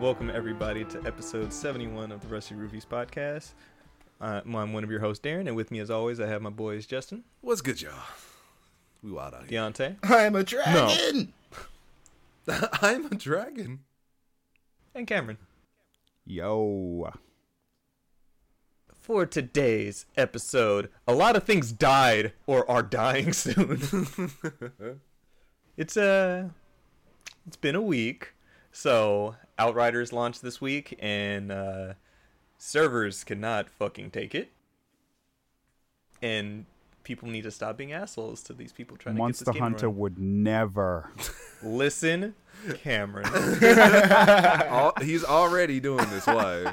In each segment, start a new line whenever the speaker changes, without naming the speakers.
Welcome everybody to episode 71 of the Rusty Roofies podcast. Uh, I'm one of your hosts, Darren, and with me as always, I have my boys Justin,
What's good, y'all? We wild out here.
Deontay,
I'm a dragon.
I'm a dragon.
and Cameron.
Yo.
For today's episode, a lot of things died or are dying soon. it's uh it's been a week. So Outriders launched this week and uh servers cannot fucking take it. And people need to stop being assholes to these people trying to
Monster
get this game
Hunter
running.
would never.
Listen, Cameron.
Al- he's already doing this way.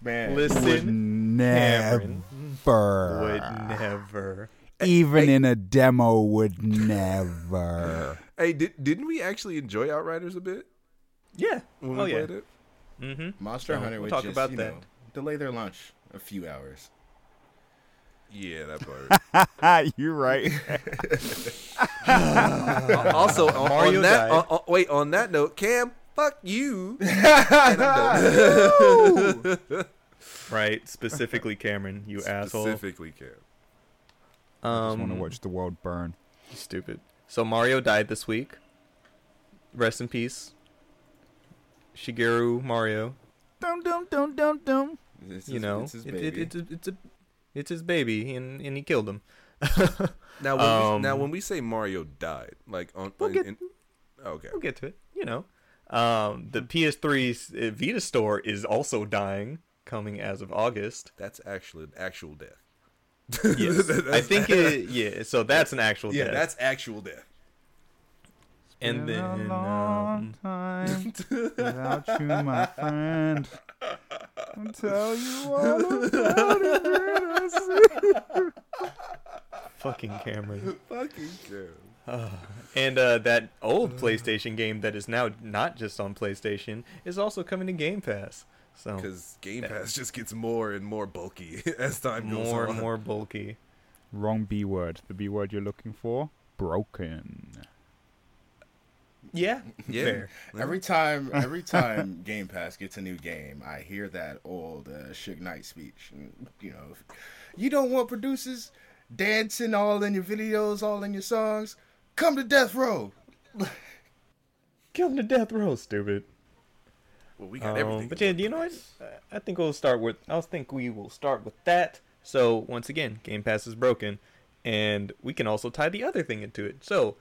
Man. Would
Listen, Cameron. would
never.
never.
Even in a demo, would never.
hey, did, didn't we actually enjoy Outriders a bit
Yeah.
when we
oh yeah.
played it?
Mm-hmm.
Monster
So,
Hunter
we'll
would
talk
just,
about
you
that.
know, delay their launch a few hours.
Yeah, that part.
Ah, You're right.
Al- also, on, on
Mario
that,
died.
on, on- wait, on that note, Cam, fuck you. And I'm done.
Woo!
Right. Specifically, Cameron. You asshole.
Specifically, Cam.
I just want to
Um,
watch the world burn.
stupid. So Mario died this week. Rest in peace, Shigeru Mario.
Dum dum dum dum dum.
It's
you
his-
know,
it's his
it-
baby.
It, it's a, it's a, it's his baby, and and he killed him.
Now, when
Um,
we, now when we say Mario died, like on,
We'll
in-
get-
in- okay,
We'll get to it. You know, um,
Hmm.
the PS3 's, uh, Vita store is also dying, coming as of August.
that's actually an actual death.
Yes, I think it. Yeah, so that's an actual
Yeah,
death.
that's actual death.
and
Been a
then
long
um,
time without you, my friend. I'll tell you all about it. when I see
fucking Cameron.
Fucking Cam.
And uh, that old PlayStation game that is now not just on PlayStation is also coming to Game Pass. So
because Game Pass just gets more and more bulky as time goes
more
on.
and more bulky.
Wrong B word. The B word you're looking for? Broken.
Yeah.
Yeah.
Fair.
every time, every time Game Pass gets a new game, I hear that old uh, Suge Knight speech. And, you know, you don't want producers dancing all in your videos, all in your songs. Come to Death Row.
Kill him to death row, stupid.
Well, we got
Um,
everything.
but yeah, you know what? I- I think we'll start with. I think we will start with that. So once again, Game Pass is broken, and we can also tie the other thing into it. So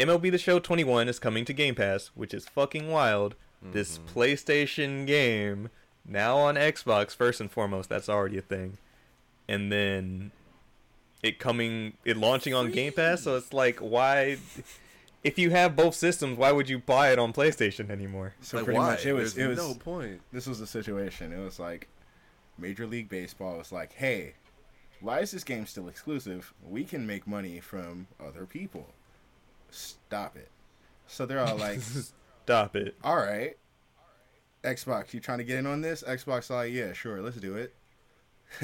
MLB The Show 21 is coming to Game Pass, which is fucking wild. This PlayStation game now on Xbox first and foremost. That's already a thing, and then it coming it launching on Game Pass. So it's like why. If you have both systems, why would you buy it on PlayStation anymore?
So
like,
pretty
why?
much, it was.
There's
it was
no point.
this was the situation. It was like Major League Baseball was like, hey, why is this game still exclusive? We can make money from other people. Stop it. So they're all like,
Stop it.
all right, Xbox, you trying to get in on this? Xbox, like, yeah, sure, let's do it.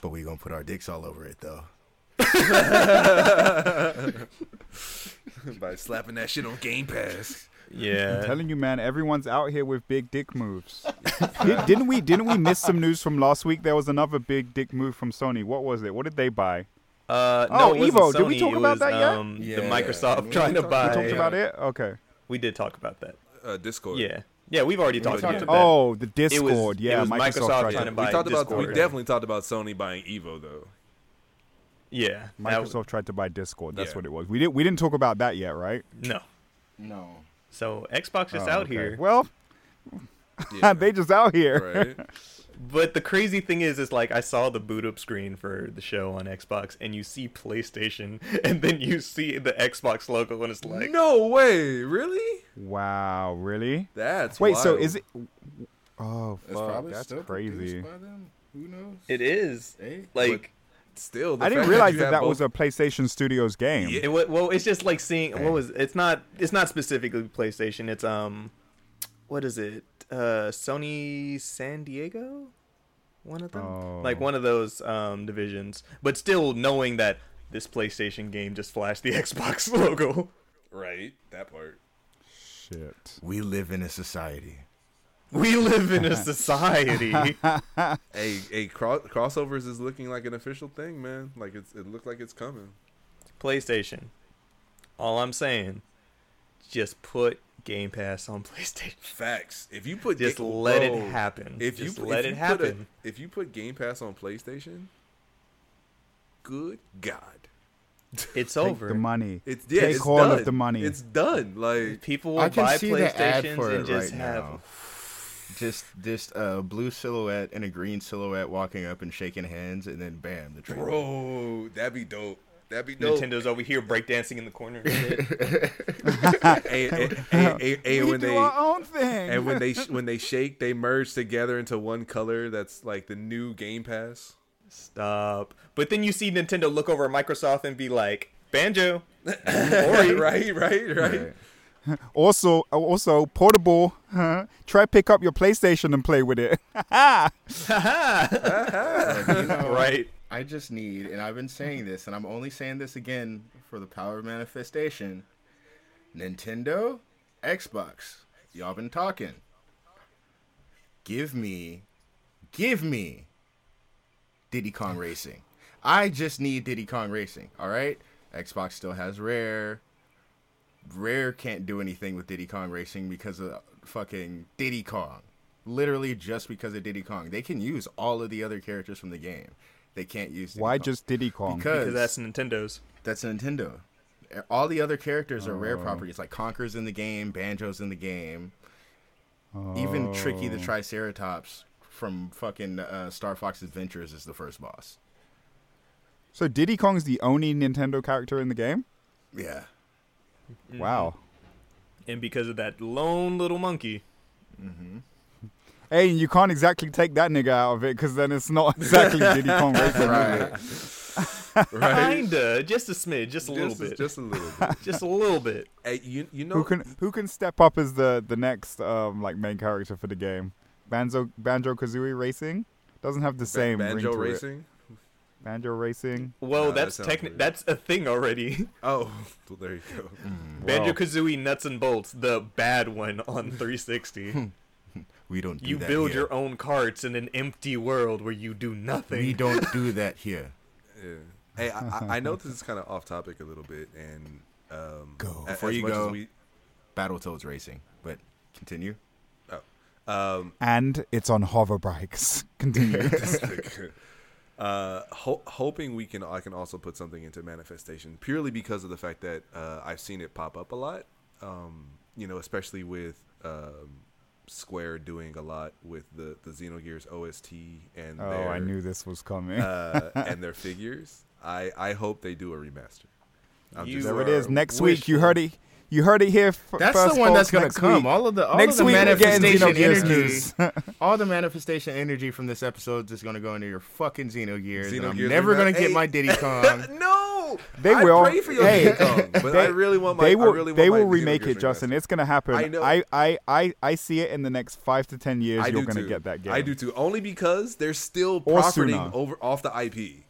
but we gonna put our dicks all over it though.
By slapping that shit on Game Pass.
I'm
Yeah.
telling you, man, everyone's out here with big dick moves. Did, didn't we? Didn't we miss some news from last week? There was another big dick move from Sony. What was it? What did they buy?
Uh, no,
Oh,
it wasn't
Evo, did we
Sony,
talk
it
about
was,
that yet?
Um,
Yeah.
The Microsoft
We
trying to
talked- we
buy.
We
We,
talked
uh,
about it. Okay.
did talk about that.
Uh, Discord.
Yeah. Yeah, we've already talked about
talked about-
that.
Oh, the
was-
Discord. yeah,
it was Microsoft
Microsoft. tried
trying
Yeah,
to
to,
we
buy
talked about. We
Discord.
definitely talked about Sony buying Evo though.
Yeah. that-
Microsoft tried to buy Discord. That's
Yeah.
what it was. We didn't. We didn't talk about that yet, right?
no.
No.
So Xbox is
Oh,
out
okay.
here.
Well,
Yeah.
they just out here.
right.
But the crazy thing is, is like I saw the boot up screen for the show on Xbox, and you see PlayStation, and then you see the Xbox logo, and it's like,
no way. Really?
Wow, really?
That's
Wait, so
wild.
is it? Oh,
It's
fuck,
probably
that's
still
crazy.
produced by them. Who knows?
it is
Hey.
like
still? The
I didn't
fact
realize
you
that
have
that
both-
was a PlayStation Studios game.
Yeah.
It wa- well, it's just like seeing what was it's not it's not specifically PlayStation. It's um, what is it? Uh, Sony San Diego, one of them, like
Oh.
one of those um divisions. But still knowing that this PlayStation game just flashed the Xbox logo.
right. That part.
Shit.
We live in a society
We live in a society.
Hey, hey, cro- crossovers is looking like an official thing, man. Like it's it looked like it's coming.
PlayStation. All I'm saying, just put Game Pass on PlayStation.
Facts. If you put
Just
Ga-
let it
Whoa.
happen.
If
Just
you
let
if
it
you put a-
happen.
if you put Game Pass on PlayStation, good God,
It's
Take
over.
the money.
it's yeah,
Take
it's
all
done.
of the money.
It's done. Like
People
I
will
can
buy
see the ad
PlayStations
for it
and just
right
have.
now. Just just a blue silhouette and a green silhouette walking up and shaking hands, and then bam, the trailer.
bro, that'd be dope. That'd be dope.
Nintendo's over here breakdancing in the corner. and shit.
Hey, hey, hey, hey, hey,
we
when
do
they
our own thing.
and when they sh- when they shake, they merge together into one color. That's like the new Game Pass.
Stop. But then you see Nintendo look over at Microsoft and be like, Banjo.
right, right, right, right.
Right.
also, also portable. Huh? Try pick up your PlayStation and play with it.
right.
I just need, and I've been saying this, and I'm only saying this again for the power of manifestation. Nintendo, Xbox, y'all been talking. Give me, give me Diddy Kong Racing. I just need Diddy Kong Racing, all right? Xbox still has Rare. Rare can't do anything with Diddy Kong Racing because of fucking Diddy Kong. Literally just because of Diddy Kong. They can use all of the other characters from the game. They can't use Diddy
Why
Kong.
just Diddy Kong?
Because
because
that's Nintendo's.
that's Nintendo. All the other characters are rare properties, like Conker's in the game, Banjo's in the game, even Tricky the Triceratops from fucking uh, Star Fox Adventures is the first boss.
so Diddy Kong's the only Nintendo character in the game.
Yeah,
Wow.
And because of that lone little monkey.
Hey, you can't exactly take that nigga out of it because then it's not exactly Diddy Kong Racing.
right.
Kinda. Just a smidge. Just a little
Just,
bit.
just a little bit.
just a little bit.
Hey, you you know
Who can who can step up as the the next um like main character for the game? Banjo Banjo Kazooie Racing doesn't have the same ring
banjo
to it.
racing?
Banjo Racing.
Whoa,
Nah, that
that's
sounds
techni-
weird.
that's a thing already.
Oh, well, there you go.
Mm.
Banjo Kazooie Nuts and Bolts, the bad one on 360.
We don't. Do
you
that
build
here.
your own carts in an empty world where you do
We
nothing.
don't do that here.
Yeah. Hey, I, I- I know this is kind of off topic a little bit, and um,
Go.
Oh,
a-
Before
as
you
much as
go.
we-
Battletoads Racing, but continue.
um,
And it's on hover bikes. Continue.
uh, ho- hoping we can I can also put something into manifestation purely because of the fact that uh, I've seen it pop up a lot. Um, you know, especially with um, Square doing a lot with the the Xenogears OST and
oh,
their,
I knew this was coming.
uh, and their figures. I I hope they do a remaster. I'm
You
there
are
it is. Next week, you heard it. You heard it here. F-
That's
first,
the one
folks,
that's gonna
next
come.
Week.
All of the all
next
of the
week we're getting
manifestation
Xenogears
energy,
news.
all the manifestation energy from this episode is gonna go into your fucking Xenogears. and I'm
Xenogears
never
Remap-
gonna get
Hey.
my Diddy Kong.
No,
They
I
will.
Pray for your
Hey,
Diddy Kong, but I really want my.
they will.
I really want
they
my
will
Xenogears
remake it, Justin.
remastered.
It's gonna happen.
I know.
I, I, I, I see it in the next five to ten years.
I
you're
do
gonna
too.
get that game.
I do too. Only because they're still
Or
profiting
sooner.
over off the IP.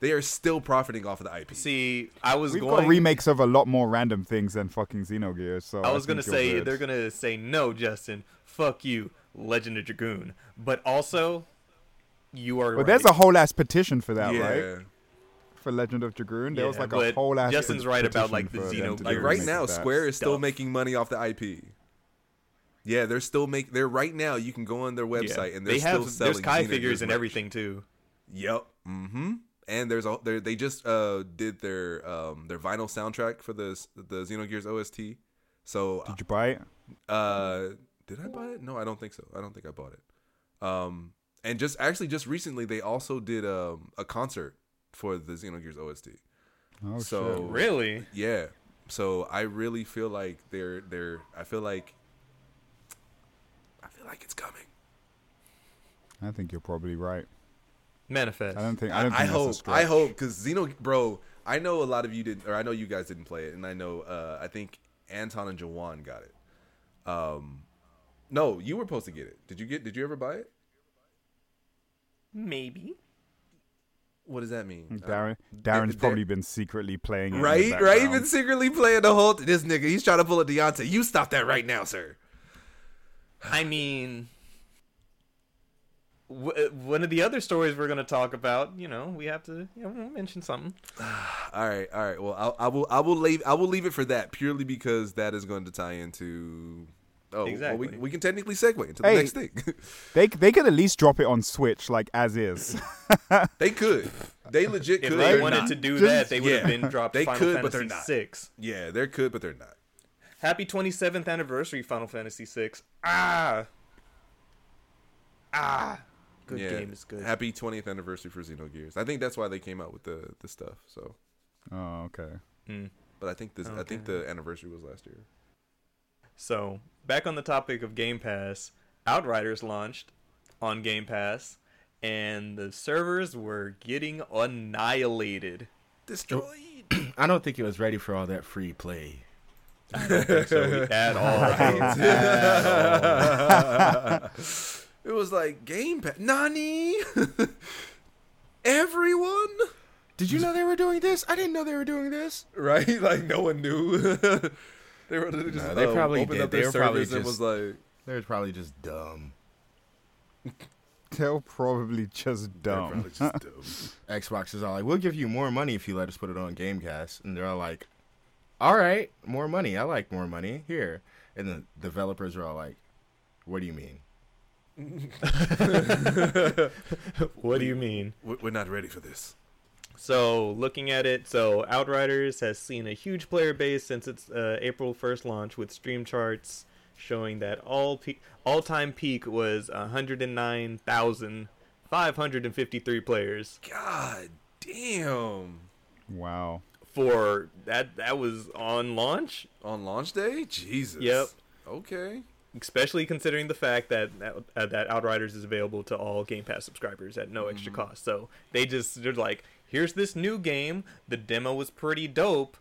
They are still profiting off of the IP.
See, I was
We've
going
got remakes of a lot more random things than fucking Xenogears. So
I was
think
gonna
you're
say
good.
they're gonna say no, Justin. Fuck you, Legend of Dragoon. But also, you are.
But
right.
there's a whole ass petition for that,
yeah.
right? For Legend of Dragoon, there was
Yeah,
like a
but
whole ass.
Justin's right about,
petition
like, the
for them
Xeno-
to
like,
do a
They're
Right
remake
now,
of that.
Square is still
Stuff.
making money off the IP. Yeah, they're still make. They're right now. You can go on their
yeah.
website and they're
they
still
have
selling.
there's Kai
Xenogears
figures and
merch.
everything too.
Yep. Mm-hmm. And there's all they they just uh did their um their vinyl soundtrack for the the Xenogears OST. So
Did you buy it?
uh did I buy it? No, I don't think so. I don't think I bought it. Um and just actually just recently they also did um a concert for the Xenogears OST.
Oh
So-
shit.
Really?
Yeah. So I really feel like they're they're I feel like I feel like it's coming.
I think you're probably right.
Manifest.
I don't think. I
I,
don't think
I
that's a
hope.
stretch.
I hope because Xeno, bro. I know a lot of you didn't, or I know you guys didn't play it, and I know. Uh, I think Anton and Jawan got it. Um, no, you were supposed to get it. Did you get? Did you ever buy it?
Maybe.
What does that mean?
Darren,
Dar-
Darren's probably been secretly playing. it in the
right, right. Been
background.
secretly playing the whole. This nigga, he's trying to pull a Deontay. You stop that right now, sir.
I mean, w- one of the other stories we're going to talk about, you know, we have to you know, mention something.
All right, all right. Well, I'll, I will. I will leave. I will leave it for that purely because that is going to tie into. Oh,
Exactly.
well, we, we can technically segue into the
Hey.
next thing.
They they could at least drop it on Switch like as is.
they could. They legit
If
could.
they
They're
wanted
not.
to do that,
Just-
they would have
Yeah.
been dropped
They
Final
could, but
Fantasy
they're not.
six.
Yeah, they could, but they're not.
Happy 27th anniversary, Final Fantasy six. Ah, ah, good
yeah.
game is good.
Happy 20th anniversary for Xenogears. I think that's why they came out with the the stuff. So,
oh, okay.
but I think this. I think the anniversary was last year.
So, back on the topic of Game Pass, Outriders launched on Game Pass, and the servers were getting annihilated.
Destroyed.
I don't think it was ready for all that free play.
So, at all.
It was like Game Pass. Nani. Everyone.
Did you know they were doing this? I didn't know they were doing this.
Right? Like no one knew. they were they just
No, they
uh,
probably
opened
did.
up their
They were probably
servers and was
just-
like.
They were probably just dumb.
They're probably just dumb.
Xbox is all like, "We'll give you more money if you let us put it on Gamecast," and they're all like, "All right, more money. I like more money here." And the developers are all like, "What do you mean?"
what do you mean?
"We- We're not ready for this.
So, looking at it, so Outriders has seen a huge player base since its uh, April 1st launch, with stream charts showing that all pe- all-time peak was 109,553 players.
God damn.
Wow.
For that, that was on launch.
On launch day? Jesus.
Yep.
Okay.
especially considering the fact that that, uh, that Outriders is available to all Game Pass subscribers at no extra cost. So they just they're like, here's this new game. The demo was pretty dope.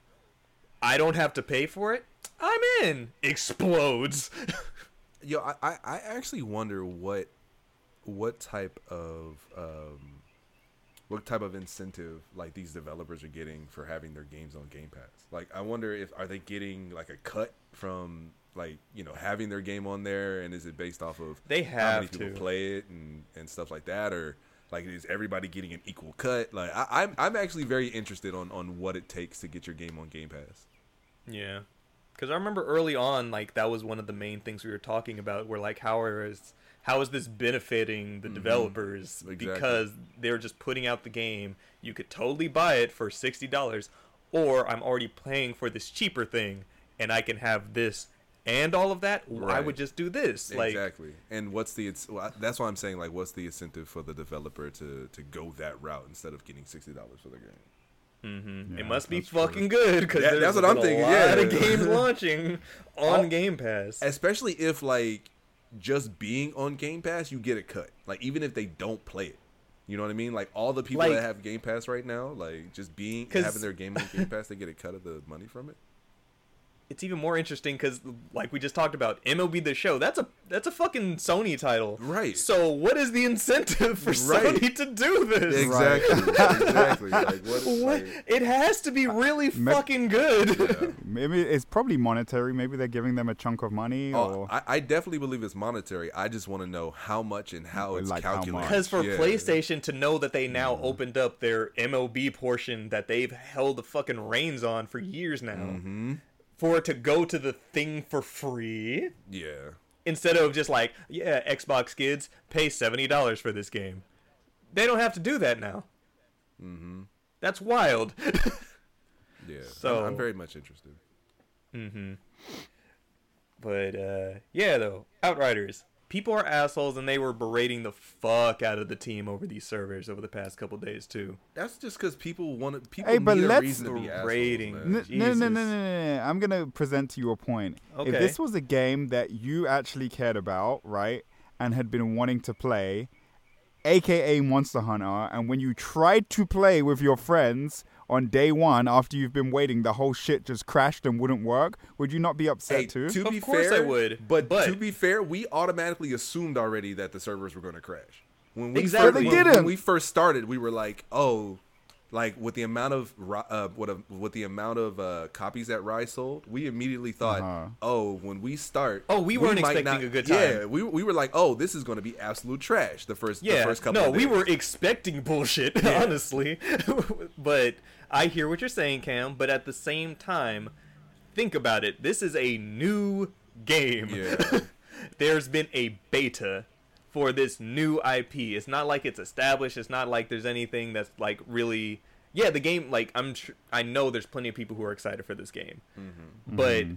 I don't have to pay for it. I'm in. Explodes.
Yo, I, I, I actually wonder what what type of um what type of incentive like these developers are getting for having their games on Game Pass. Like I wonder if are they getting like a cut from like, you know, having their game on there and is it based off of
They
how many
have
people
to.
play it and, and stuff like that or like is everybody getting an equal cut? Like I, I'm I'm actually very interested on, on what it takes to get your game on Game Pass.
yeah. Because I remember early on, like that was one of the main things we were talking about. Were like, how is how is this benefiting the developers?
Mm-hmm. Exactly.
Because they're just putting out the game. You could totally buy it for sixty dollars, or I'm already paying for this cheaper thing, and I can have this and all of that. I
Right.
would just do this. Like,
exactly. And what's the? It's well, I- that's why I'm saying like, what's the incentive for the developer to to go that route instead of getting sixty dollars for the game?
it must be fucking good because
That-
that's what I'm thinking. A lot
yeah.
of games launching on Game Pass.
Especially if like just being on Game Pass, you get a cut. Like even if they don't play it, you know what I mean? Like all the people
Like-
that have Game Pass right now, like just being
'Cause-
having their game on Game Pass, they get a cut of the money from it.
it's even more interesting because like we just talked about MLB the show that's a that's a fucking Sony title
Right.
so what is the incentive for
Right.
Sony to do this
Exactly. exactly. Like what?
what?
like-
it has to be really fucking good
Maybe it's probably monetary. Maybe they're giving them a chunk of money
Oh,
or
I, I definitely believe it's monetary. I just want to know how much and how it's
Like how much.
calculated.
because for
Yeah. Mm-hmm.
PlayStation to know that they now opened up their MLB portion that they've held the fucking reins on for years now
Mm-hmm.
for it to go to the thing for free
yeah,
instead of just like yeah Xbox kids pay seventy dollars for this game. They don't have to do that now. Mm-hmm. That's wild.
yeah. I'm-
So-
I'm very much interested.
but uh, yeah, though Outriders. People are assholes, and they were berating the fuck out of the team over these servers over the past couple days too.
That's just because people want to. People
Hey,
need
but
a
let's-
reason to be assholes,
Rating.
man.
N- No, no, no, no,
Jesus.
no, no. I'm gonna present to you a point. If
Okay.
this was a game that you actually cared about, right, and had been wanting to play, aka Monster Hunter, and when you tried to play with your friends on day one after you've been waiting, the whole shit just crashed and wouldn't work, would you not be upset
Hey,
too?
to
Of
be
course
fair,
I would,
But,
but-
to be fair, we automatically assumed already that the servers were going to crash. When we
Exactly.
first,
But
they
when-
didn't.
When we first started, we were like, "Oh, Like with the amount of ri- uh, what a, with the amount of uh, copies that Rise sold, we immediately thought,
Uh-huh.
oh, when we start,
Oh, we weren't
might
expecting a good
Yeah,
time.
we, we were like, oh, this is going to be absolute trash. The first
yeah.
the first couple.
no,
of
we
days.
were expecting bullshit, honestly. but I hear what you're saying, Cam. But at the same time, think about it. This is a new game.
Yeah.
there's been a beta for this new IP. It's not like it's established. It's not like there's anything that's like really. Yeah, the game. Like I'm, tr- I know there's plenty of people who are excited for this game, but
Mm-hmm.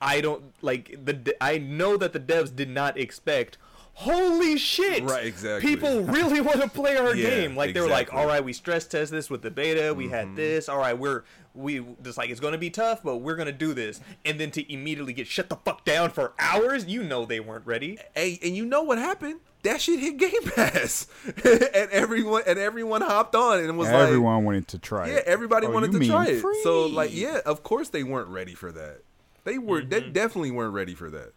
I don't like the. de- I know that the devs did not expect. Holy shit!
Right, exactly.
People really want to play our
Yeah,
game. Like they were like,
exactly. Mm-hmm.
"All right, we stress test this with the beta. We had this. All right, we're we just like it's going to be tough, but we're going to do this." And then to immediately get shut the fuck down for hours, you know they weren't ready.
Hey, and you know what happened? That shit hit Game Pass, and everyone and everyone hopped on and was like,
Everyone wanted to try
Yeah,
it.
everybody
Oh,
wanted
you
to
mean
try it. So
free.
like, yeah, of course they weren't ready for that. They were they
Mm-hmm.
definitely weren't ready for that.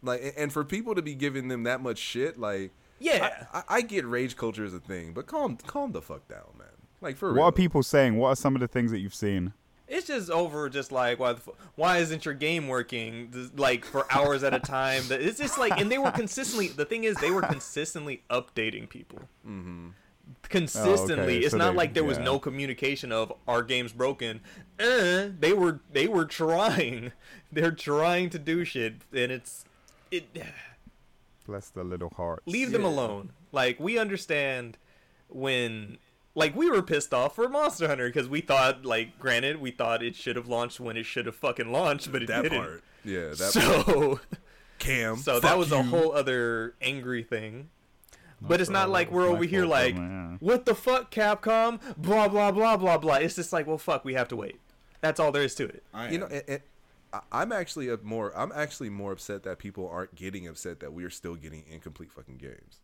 Like a- and for people to be giving them that much shit, like
Yeah.
I, I, I get rage culture is a thing, but calm calm the fuck down, man. Like for
What
real.
are people saying? What are some of the things that you've seen?
It's just over. Just like why the f- why isn't your game working? This- Like for hours at a time. That- It's just like, and they were consistently. The thing is, they were consistently updating people. Mm-hmm. Consistently,
Oh, okay.
it's
So
not
they-
like there was
yeah.
no communication of our game's broken. Uh, they were they were trying. They're trying to do shit, and it's it.
Bless their little hearts.
leave them alone. Like we understand when like we were pissed off for Monster Hunter because we thought like granted we thought it should have launched when it should have fucking launched, but it
that
didn't.
part. Yeah, that part.
so
Cam.
so that
fuck
was
you.
a whole other angry thing. But it's not
all
like
that
we're
was my
over here
fault,
like,
man.
what the fuck, Capcom? Blah blah blah blah blah. It's just like, well, fuck, we have to wait. That's all there is to it.
I
you know,
am.
and, and I- I'm actually a more I'm actually more upset that people aren't getting upset that we are still getting incomplete fucking games.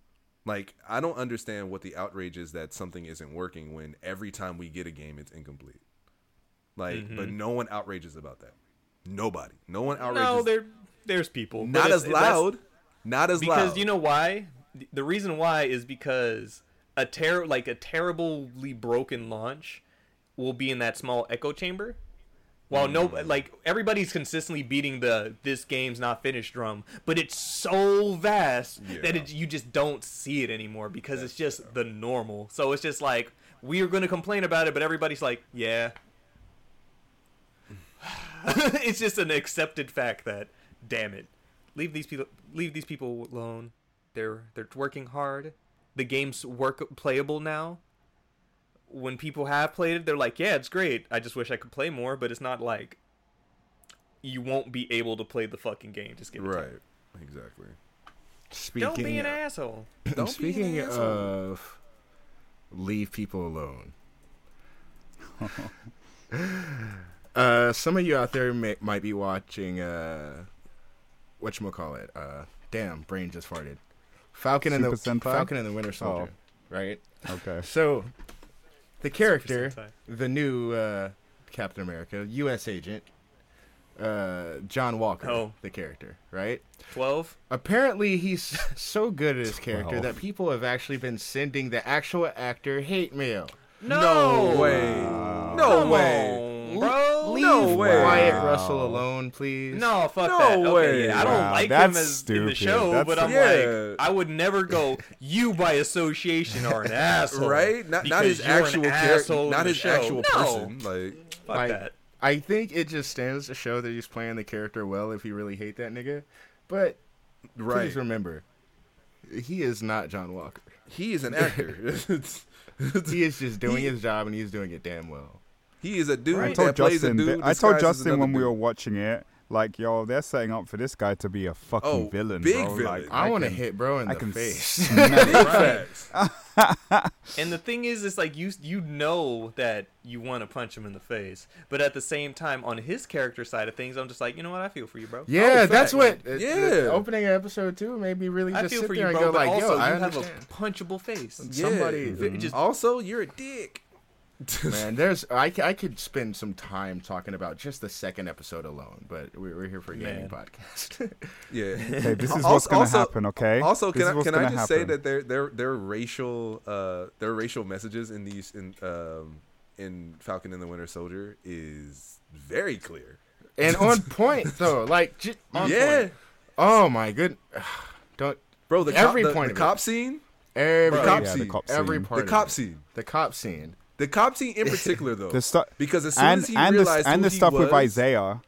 Like I don't understand what the outrage is that something isn't working when every time we get a game it's incomplete. Like, but no one outrages about that. Nobody. No one outrages.
Mm-hmm. No, there, there's people. but
not
it's-
as
that's-
loud. Not as
because
loud.
you know why Th- the reason why is because a ter- like a terribly broken launch will be in that small echo chamber while no
Hmm.
like everybody's consistently beating the this game's not finished drum but it's so vast that
Yeah.
it, you just don't see it anymore because it's just the normal so it's just like we are going to complain about it but everybody's like yeah it's just an accepted fact that damn it leave these people leave these people alone they're they're working hard the game's work playable now when people have played it they're like yeah it's great i just wish i could play more but it's not like you won't be able to play the fucking game just give it time.
right. Exactly.
Speaking
don't be an asshole
Don't be
Speaking
an asshole.
of leave people alone. uh, some of you out there may, might be watching uh whatchamacallit? Uh damn, brain just farted. Falcon and the
Super Sentai? Oh.
Falcon and the Winter Soldier. Right?
Okay.
So the character
Sentai.
the new uh Captain America, US agent, uh John Walker,
Oh.
the character, right?
12
Apparently, he's so good at his character
Wow.
that people have actually been sending the actual actor hate mail.
no,
way. No
Come
way.
on, bro
Leave
no way.
Wyatt
Wow.
Russell alone, please.
No, fuck
No
that.
way.
Okay, yeah, I don't
Wow,
like
that's
him as in the
stupid.
show,
That's
but
a-
I'm
Yeah.
like, I would never go. You by association are an asshole,
Right? Not not
because
his
you're an
actual
asshole
character.
in
Not
the
his
show.
actual
No,
person. Like
Fuck
Like,
that.
I think it just stands to show that he's playing the character well if you really hate that nigga. But
right.
please remember, he is not John Walker.
He is an actor.
He is just doing his job and he's doing it damn well.
He is a dude
I
that
told
plays a
Justin.
dude.
I
disguised
told
as
Justin
another
when we
dude.
were watching it, like, yo, they're setting up for this guy to be a fucking
Oh,
villain,
big
bro.
villain.
Like,
I, want to
can-
hit bro in
I
the
can
face.
Big facts.
And the thing is, it's like you you know that you want to punch him in the face, but at the same time, on his character side of things, I'm just like, you know what? I feel for you, bro.
Yeah,
Oh,
that's
facts.
what. uh, the- the
Yeah.
opening of episode two made me really
I
just
feel
sit
for
there
you,
and
bro.
go
but
like,
also,
yo, I
you have a
understand.
punchable face.
Yeah.
Somebody- Oh.
Somebody
Just-
also you're a dick.
Man, there's I, c- I could spend some time talking about just the second episode alone, but we're, we're here for a
Man.
gaming podcast.
Yeah.
Hey, this is
Al-
what's gonna
also-
happen, okay?
Also,
This
can
is
I
what's
can I
gonna
just say
happen.
that their their their racial uh their racial messages in these in um in Falcon and the Winter Soldier is very clear.
and on point though, like j- on
yeah,
point. Oh my good, don't
bro. The
Every
cop, the,
point
the
of it.
cop scene,
every
The cop
yeah, the
scene.
cop
every
scene.
part
the
of
cop
it.
scene,
the cop scene.
the cop scene in particular though,
The stu-
because as soon
and
as he
and the
realized
and
who
the stuff
he
with
was-
Isaiah,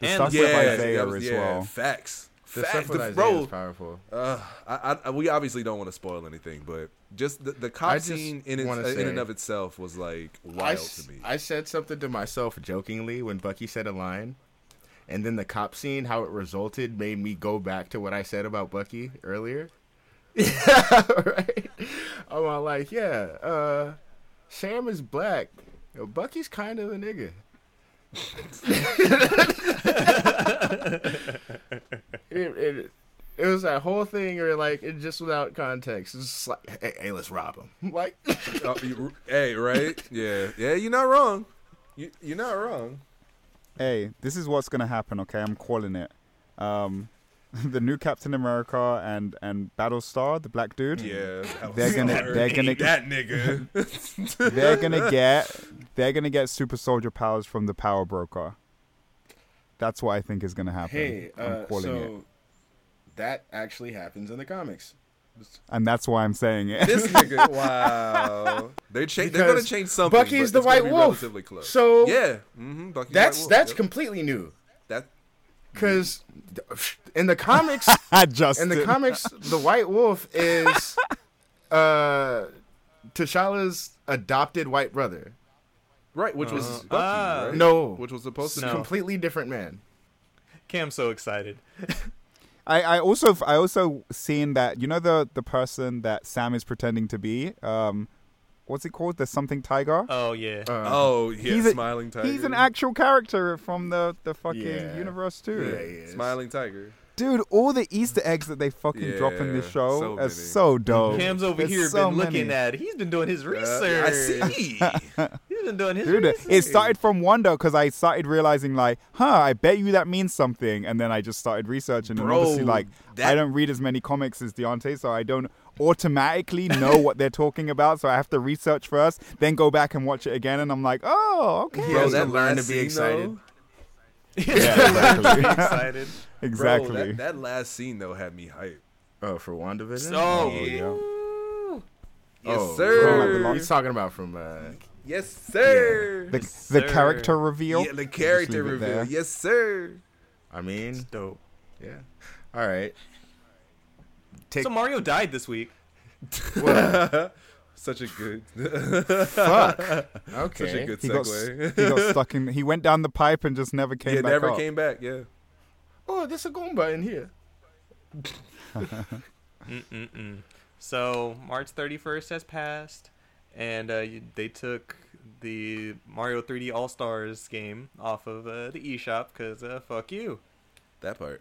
the
And-
stuff
yeah,
with
that
Isaiah
was-
as
yeah,
well.
Facts,
The
facts,
stuff with
the-
Isaiah
bro.
is powerful.
Uh, I, I, we obviously don't want to spoil anything, but just the, the
I
cop
just
scene in, its,
wanna
uh, in and
say-
of itself was like
I,
wild
s-
to me.
I said something to myself jokingly when Bucky said a line, and then the cop scene, how it resulted, made me go back to what I said about Bucky earlier. Yeah, right. I'm all like, yeah, uh, Sam is black. Yo, Bucky's kind of a nigga. it, it, it was that whole thing, or like, it just without context. It's just like, hey, hey, let's rob him. I'm like,
Uh, you- hey, right? Yeah, yeah. You're not wrong. You, you're not wrong.
Hey, this is what's gonna happen, okay? I'm calling it. Um, the new Captain America and and Battlestar, the black dude.
Yeah, that was
They're gonna-
hard.
they're gonna-
that nigga.
They're gonna get they're gonna get super soldier powers from the power broker. That's what I think is gonna happen.
Hey,
I'm
uh,
calling
so
it,
that actually happens in the comics.
and that's why I'm saying it.
this nigga. Wow. They cha- They're gonna
Because
change something.
Bucky
but
is the
it's gonna
White
be
Wolf.
Relatively close.
So-
yeah, mm-hmm, Bucky's
that's
White Wolf.
that's
Yep.
completely new.
that.
Because in the comics,
I just
in the comics, the White Wolf is uh, T'Challa's adopted white brother.
Right, which was
Uh-huh.
Uh,
Bucky,
ah.
right?
No.
which was supposed to
It's a
No.
completely different man.
Cam's so excited.
I, I also I also seen that you know the the person that Sam is pretending to be. Um, what's it called? The something tiger.
Oh yeah.
be. Oh, yeah,
Uh, He's a-
smiling tiger.
He's an actual character from the the fucking
Yeah.
universe too.
Yeah, he is.
smiling tiger.
Dude, all the Easter eggs that they fucking drop in this
Yeah,
show
so
are
many.
so
Oh.
dope.
Cam's over
There's
here
so
been looking
many.
at. it. He's been doing his
Uh,
research.
I see.
He's been doing his
Dude,
research.
it started from wonder because I started realizing like, huh, I bet you that means something, and then I just started researching. and
Bro,
obviously, like, I
that-
don't read as many comics as Deontay, so I don't automatically know what they're talking about. So I have to research first, then go back and watch it again, and I'm like, oh, okay,
He has
that
to learn to
last
be
scene,
excited.
He's excited.
Bro,
exactly.
that, that last scene though had me hype.
Oh, for WandaVision.
So
yeah.
Yes,
Oh,
from,
sir.
like,
He's talking about from. Uh,
Yes, sir.
the,
Yes,
the
sir.
character reveal.
Yeah, the
Just
character
leave it
reveal.
there.
Yes, sir.
I mean,
dope.
yeah. All right. Take
So Mario died this week.
Such a good,
okay.
such a good
He got,
segue.
he got stuck in. He went down the pipe and just never came
yeah,
back
never
up.
came back. Yeah.
Oh, there's a Goomba in here.
Mm-mm-mm. So March 31st has passed, and uh, you, they took the Mario 3D All Stars game off of uh, the eShop because uh, fuck you.
That part.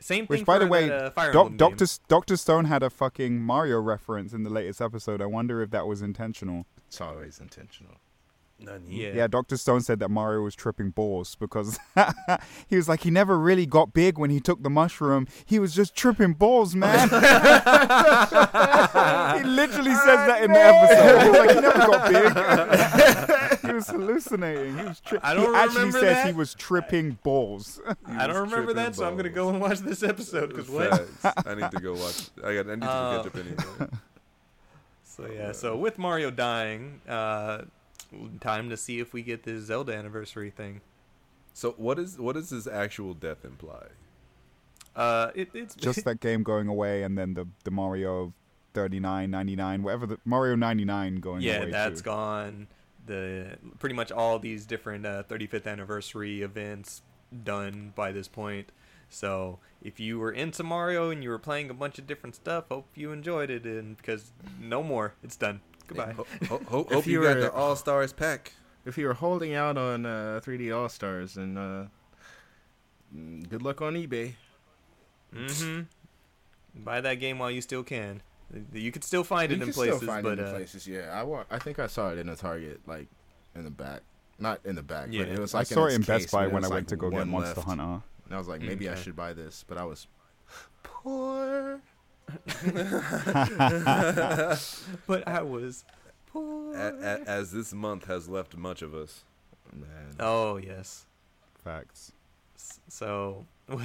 Same thing.
Which, by
for
the way,
that, uh, Fire
Doc-
Emblem
Doctor
game.
S- Doctor Stone had a fucking Mario reference in the latest episode. I wonder if that was intentional.
It's always intentional.
None.
Yeah.
Yeah, Doctor Stone said that Mario was tripping balls because he was like, he never really got big when he took the mushroom. He was just tripping balls, man. he literally says that in the episode. He was like, he never got big. he was hallucinating. He was. Tri-
I don't
he actually
remember
says he
that.
was tripping balls.
I don't remember
tripping
that, so I'm gonna go and watch this episode because what?
Facts. I need to go watch. I got. I need to
Uh,
catch up anyway.
So yeah, so with Mario dying, uh, time to see if we get this Zelda anniversary thing.
So what is what does his actual death imply?
Uh, it, it's
just that game going away, and then the the Mario. 39 99 whatever the mario 99 going
yeah,
away
that's
too.
gone. The pretty much all these different uh, 35th anniversary events done by this point. So if you were into Mario and you were playing a bunch of different stuff, hope you enjoyed it. And because no more, it's done. Goodbye.
Ho- ho- ho- hope you
you
got
were-
the All Stars pack.
If you were holding out on uh, 3D All Stars, and uh, mm, good luck on eBay.
Mm-hmm. hmm Buy that game while you still can. You could still find
you
it in
can
places,
still find
but
it in
uh,
places. Yeah, I wa- I think I saw it in a Target, like in the back, not in the back,
Yeah.
but it was
I
like
saw
its
it in Best
case,
Buy
and it
when I
was,
went
like,
to go get
one
Monster
left.
Hunter.
And I was like, maybe
Mm-hmm.
I
Okay.
should buy this, but I was poor.
but I was poor.
A- a- as this month has left much of us.
Man,
oh yes.
Facts.
S- So I'm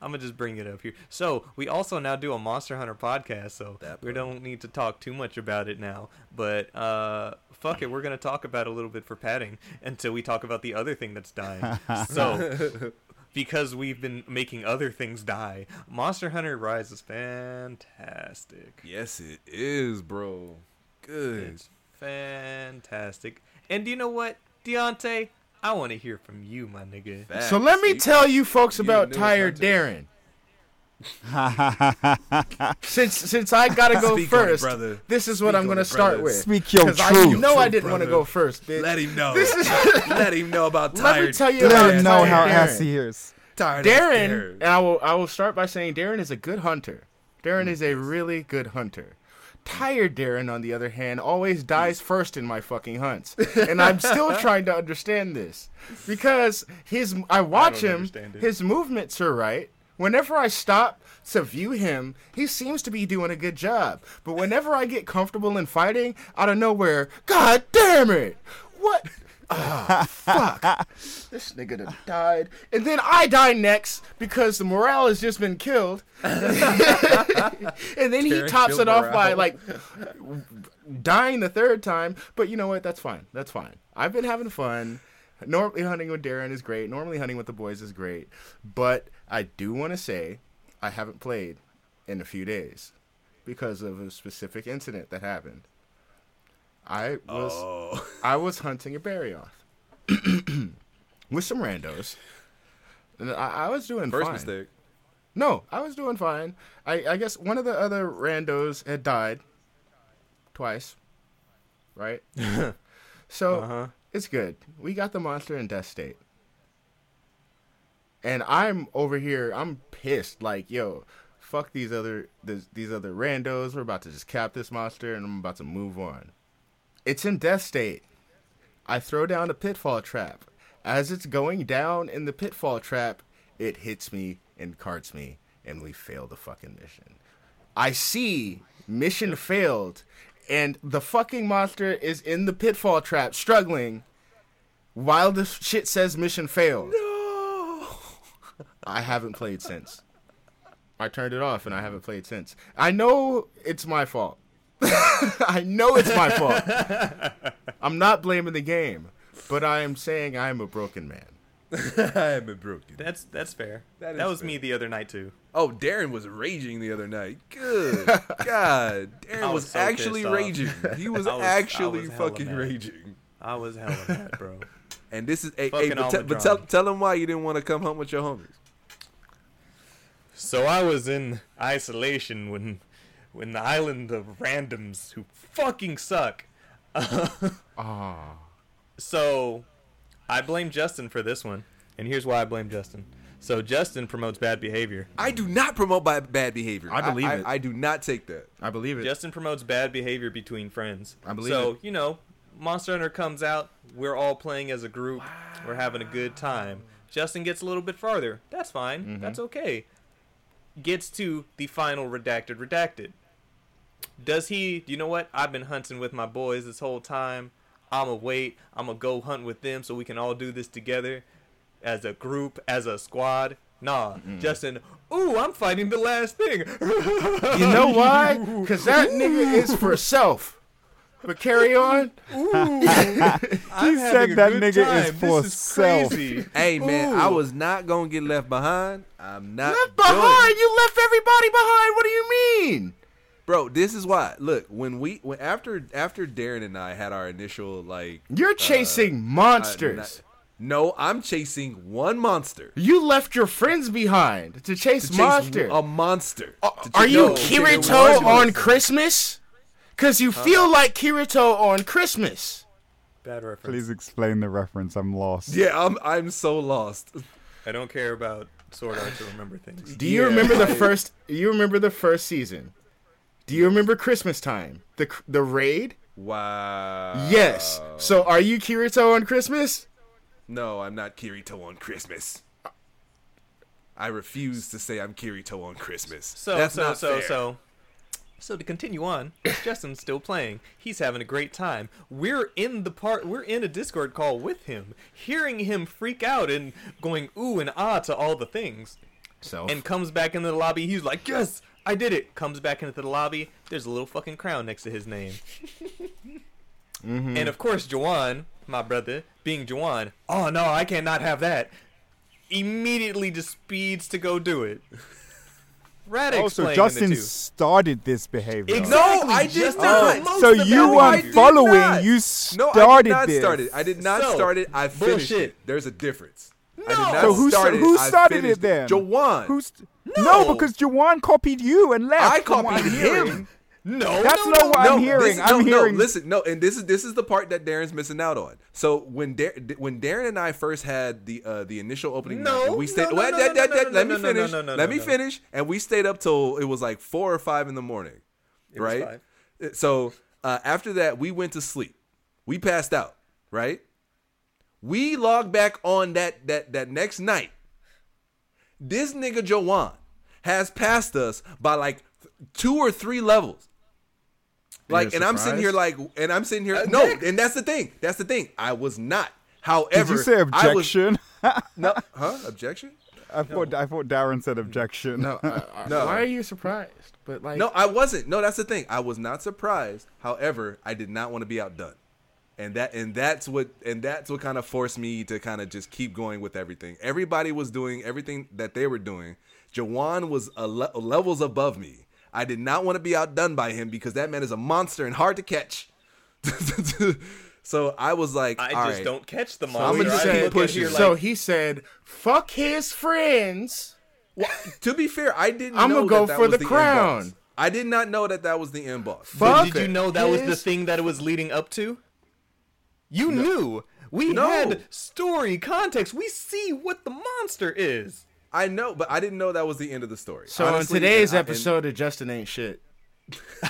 gonna just bring it up here. So we also now do a Monster Hunter podcast, so
That
we
part.
don't need to talk too much about it now. But uh, fuck it, we're gonna talk about it a little bit for padding until we talk about the other thing that's dying. so because we've been making other things die, Monster Hunter Rise is fantastic.
Yes, it is, bro. Good.
It's fantastic. And do you know what, Deontay? I want to hear from you, my nigga.
Facts.
So let me
You-
tell you folks
you
about
knew it,
Tired Darren.
Dante.
since since I gotta go
Speak on it,
first,
brother.
this is what
Speak
I'm
on
gonna
it,
start
brother.
with.
Speak your
'Cause I-
truth.
You know I didn't
Your
want to
brother.
go first, bitch.
Let him know.
This is-
let him know about
Let me
tired.
tell you
tired
about
Let
ass
him
Darren.
know how
Darren.
ass he hears.
Tired ass
Darren, and I will I will start by saying Darren is a good hunter. Darren is a really good hunter. Tired Darren, on the other hand, always dies first in my fucking hunts, and I'm still trying to understand this because his I watch
don't
him.
understand it.
His movements are right. Whenever I stop to view him, he seems to be doing a good job. But whenever I get comfortable in fighting, out of nowhere, God damn it! What? Ah, fuck. This nigga done died. And then I die next because the morale has just been killed. and then he
Darren
tops
killed
it off by
morale.
like dying the third time. But you know what? That's fine. That's fine. I've been having fun. Normally hunting with Darren is great. Normally hunting with the boys is great. But I do want to say I haven't played in a few days because of a specific incident that happened. I was
Oh,
I was hunting a Barryoth with some randos. And I, I was doing
first
fine.
mistake.
No, I was doing fine. I, I guess one of the other randos had died twice, right? so
Uh-huh.
it's good. We got the monster in death state. And I'm over here, I'm pissed. Like, yo, fuck these other this, these other randos. We're about to just cap this monster and I'm about to move on. It's in death state. I throw down a pitfall trap. As it's going down in the pitfall trap, it hits me and carts me, and we fail the fucking mission. I see mission failed, and the fucking monster is in the pitfall trap struggling while the shit says mission failed. No! I haven't played since. I turned it off and I haven't played since. I know it's my fault. I know it's my fault. I'm not blaming the game, but I am saying I am a broken man.
I am a broken.
That's that's fair.
That
That,
is
was
fair.
me the other night too.
Oh, Darren was raging the other night. Good God, Darren
I
was,
was so
actually
pissed off.
raging. He was,
I was- I
actually
was hella
fucking
mad.
raging.
I was hella mad, bro.
And this is a.
Fucking
but, te-
Almond
but tell,
Drum.
tell him why you didn't want to come home with your homies.
So I was in isolation when, when the island of randoms who fucking suck.
Ah,
So, I blame Justin for this one, and here's why I blame Justin. So Justin promotes bad behavior.
I do not promote by bad behavior.
I believe it.
I, do not take that.
I believe it.
Justin promotes bad behavior between friends.
I believe
so.
it.
You know, Monster Hunter comes out. We're all playing as a group. We're having a good time. Justin gets a little bit farther. That's fine.
Mm-hmm.
That's okay. Gets to the final redacted redacted. Does he? You know what? I've been hunting with my boys this whole time. I'ma wait. I'ma go hunt with them so we can all do this together, as a group, as a squad. Nah, Justin. Ooh, I'm fighting the last thing.
you know why? Because that nigga is for self. But carry on.
I'm
He said
having a
that
good
nigga is
time.
for
this is
self.
Crazy.
Hey man,
Ooh.
I was not gonna get left behind. I'm not
Left
doing it.
behind. You left everybody behind. What do you mean?
bro. This is why. Look, when we when after after Darren and I had our initial like uh,
You're chasing monsters.
no, I'm chasing one monster.
you left your friends behind to chase,
To chase
monsters.
a monster. To
Uh, Are
chase-
you
no, to chase a
Kirito
monster.
on Christmas? Because you feel like Kirito on Christmas.
Bad reference.
Please explain the reference. I'm lost.
Yeah, I'm I'm so lost.
I don't care about Sword Art to remember things.
Do you
Yeah,
remember the
like-
first? You remember the first season? Do you remember Christmas time? The cr- the raid?
Wow.
Yes.
Uh.
So are you Kirito on Christmas?
No, I'm not Kirito on Christmas. I refuse to say I'm Kirito on Christmas.
So
That's
so
not
so
fair.
so. So to continue on, Justin's still playing. He's having a great time. We're in the part. We're in a Discord call with him, hearing him freak out and going ooh and ah to all the things.
So
And comes back into the lobby. He's like, "Yes, I did it." Comes back into the lobby. There's a little fucking crown next to his name. And of course, Jawan, my brother, being Jawan, oh no, I cannot have that. Immediately just speeds to go do it. Rad
Also,
explained the
Justin
two.
started this behavior.
Exactly.
No, I did
Justin
not.
promotes
So
the
you
boundary.
I
weren't
did
following.
not.
You
No,
started
I did not
this.
start it. I did not
So,
start it. I finished
bullshit.
it. There's a difference. I did
No.
not
So who
start
started, who
I
started it
finished
then?
Jawan.
Who's no. because Jawan copied you and left.
I
from what
copied
I'm
him.
hearing.
No,
That's
no,
not
no,
what
no.
I'm hearing.
This, no,
I'm hearing.
No, listen, no, and this is this is the part that Darren's missing out on. So when Dar- when Darren and I first had the uh, the initial opening,
No,
night, and we
no,
stayed.
no,
Wait,
no,
that-
no,
that-
no,
that-
no,
Let
no,
me
no, no,
finish.
no, no,
Let
no,
me
no.
finish. And we stayed up till it was like four or five in the morning, right? So uh, after that, we went to sleep. We passed out, right? We logged back on that that that next night. This nigga Joanne has passed us by like two or three levels. Like,
you're
and I'm sitting here like, and I'm sitting here. No, and that's the thing. That's the thing. I was not. However,
Did you say
I was-
objection?
no, huh? Objection?
I thought I thought Darren said objection.
uh, no,
uh,
I, I,
No.
Why are you surprised? But like
No, I wasn't. No, that's the thing. I was not surprised. However, I did not want to be outdone. And that and that's what and that's what kind of forced me to kind of just keep going with everything. Everybody was doing everything that they were doing. Jawan was a le- levels above me. I did not want to be outdone by him because that man is a monster and hard to catch. so I was like,
I
all
just
right.
don't catch the
I'm
monster.
gonna
I
just keep
look at
pushing.
here like,
so he said, "Fuck his friends."
Well, to be fair, I didn't.
I'ma
know
go
that that
for
was
the
end
crown.
boss. I did not know that that was the end boss.
but
Fuck
did you know that was the
his
thing that it was leading up to? You knew. We
No.
had story context. We see what the monster is.
I know, but I didn't know that was the end of the story.
So
Honestly,
in today's
and I- and-
episode of Justin ain't shit.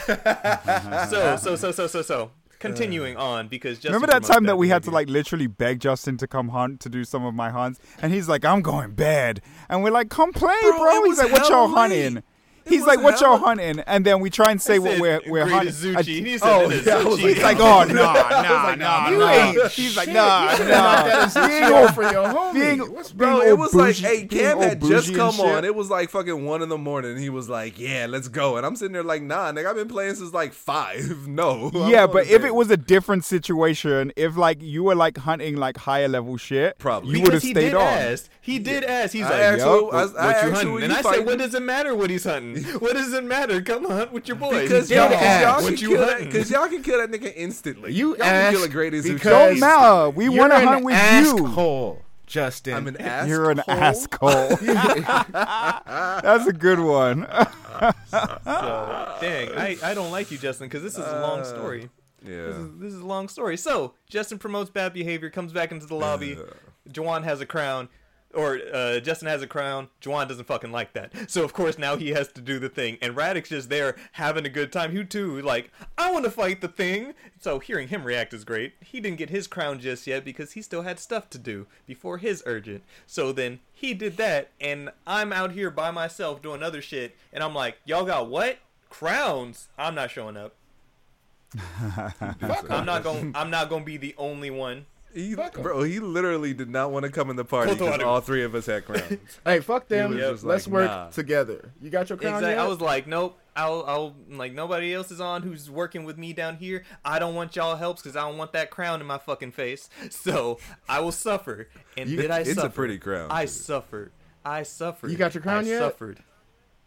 Ah.
So so so so so so. Continuing
Uh.
on because just
Remember that time that we had to like literally beg Justin to come hunt to do some of my hunts, and he's like, "I'm going bad," and we're like, "Come play, bro."
Bro, it
He's
was
like, "What
hella
y'all hunting?"
late. It
He's
was
like, "What y'all
hella-
hunting?" And then we try and say what
said,
we're we're
"Great
hunting.
as
I-
Zucchi." He said,
oh
"It is
yeah, I was
Zucchi."
he's like, "Oh nah, nah, nah,
you
nah."
ain't
He's like,
shit.
"Nah, nah." Being all
for your homie.
being,
Bro,
being
it
all
was like,
bougie-
hey,
being
Cam
all
had just
bougie and
come on.
shit.
It was like fucking one in the morning. And he was like, yeah, let's go. And I'm sitting there like, nah, nigga, I've been playing since like five. No. I'm
yeah,
going
but
to
if
bed.
it was a different situation, if like you were like hunting like higher level shit,
Probably.
you
Because
would have
he
stayed
did
on.
ask. He did ask. He's
I
like,
asked,
yup,
who- I,
what-
I
what
asked
you
who
hunting?
you
And I say,
fighting?
what does it matter what he's hunting? What does it matter? Come hunt with your boys.
because
Y'all
y'all, you y'all, can
what
kill
you
that-
hunting?
'cause y'all can kill that nigga instantly.
You
y'all can kill
asked
a great Azuchi.
because-
Don't matter. We
You're
want to
an
hunt with you.
asshole, Justin.
I'm an ass.
You're an asshole. That's a good one.
So, dang, I, I don't like you, Justin, because this is a
Uh.
long story. This
Yeah.
is, this is a long story. So, Justin promotes bad behavior, comes back into the lobby. Juwan has a crown, or uh, Justin has a crown. Juwan doesn't fucking like that. So, of course, now he has to do the thing. And Radix is there having a good time. He, too, like, I want to fight the thing. So, hearing him react is great. He didn't get his crown just yet because he still had stuff to do before his urgent. So, then he did that, and I'm out here by myself doing other shit. And I'm like, y'all got what? Crowns? I'm not showing up. I'm not going. I'm not going to be the only one.
He, bro, he literally did not want to come in the party because
Kotowaru.
all three of us had crowns.
hey, fuck them.
was
Let's
just like,
work
nah.
together. You got your crown
Exactly.
yet?
I was like, nope. I'll, I'll like nobody else is on who's working with me down here. I don't want y'all helps because I don't want that crown in my fucking face. So I will suffer. And
You-
did I
it's a
suffer?
pretty crown,
I
dude.
suffered. I suffered.
You got your crown
I
yet?
Suffered.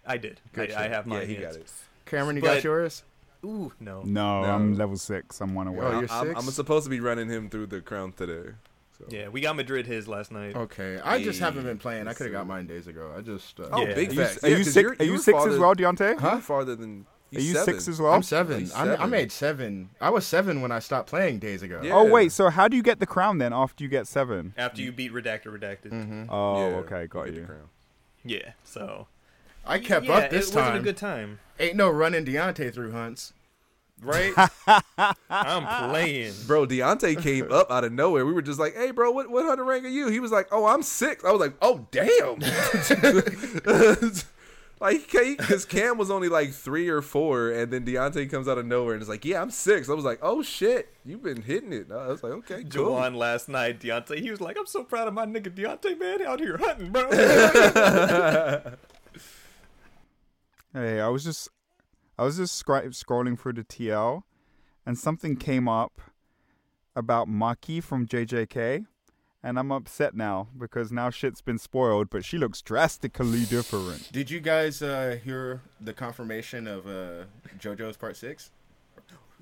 I did.
Good
I, I
shit.
have my.
Yeah, he got
hands.
Cameron, you
but-
got yours?
Ooh, no.
No,
No.
I'm level six. I'm one away.
Oh, you're
I'm,
six?
I'm supposed to be running him through the crown today. So.
Yeah, we got Madrid his last night.
Okay. I just haven't been playing. I
let's
could have got
see.
mine days ago. I just. Uh,
Oh,
Yeah.
big
Are
Are you,
facts.
are
Yeah,
you
'cause
six?
you're-
Are you
you're
six as
farther-
well, Deontay?
You're farther than.
Are you six as
well?
well?
I'm seven.
He's
I'm,
seven.
I'm age seven. I was seven when I stopped playing days ago.
Yeah.
Oh wait, so how do you get the crown then? After you get seven?
After you beat Redactor Redacted.
Oh,
Yeah,
okay, got
get the
you.
crown.
Yeah. So
I kept
yeah,
up this
it
time.
wasn't a good time,
Ain't no running Deontay through hunts.
right? I'm playing.
Bro, Deontay came up out of nowhere. We were just like, "Hey, bro, what what hunter rank are you?" He was like, "Oh, I'm six. I was like, "Oh, damn." like, because Cam was only like three or four, and then Deontay comes out of nowhere and is like, "Yeah, I'm six. I was like, "Oh shit, you've been hitting it." I was like, "Okay, cool."
Jawan last night, Deontay, he was like, I'm so proud of my nigga Deontay, man, out here hunting, bro.
Hey, I was just, I was just scri- scrolling through the TL, and something came up about Maki from JJK, and I'm upset now because now shit's been spoiled, but she looks drastically different.
Did you guys uh, hear the confirmation of uh, JoJo's Part Six?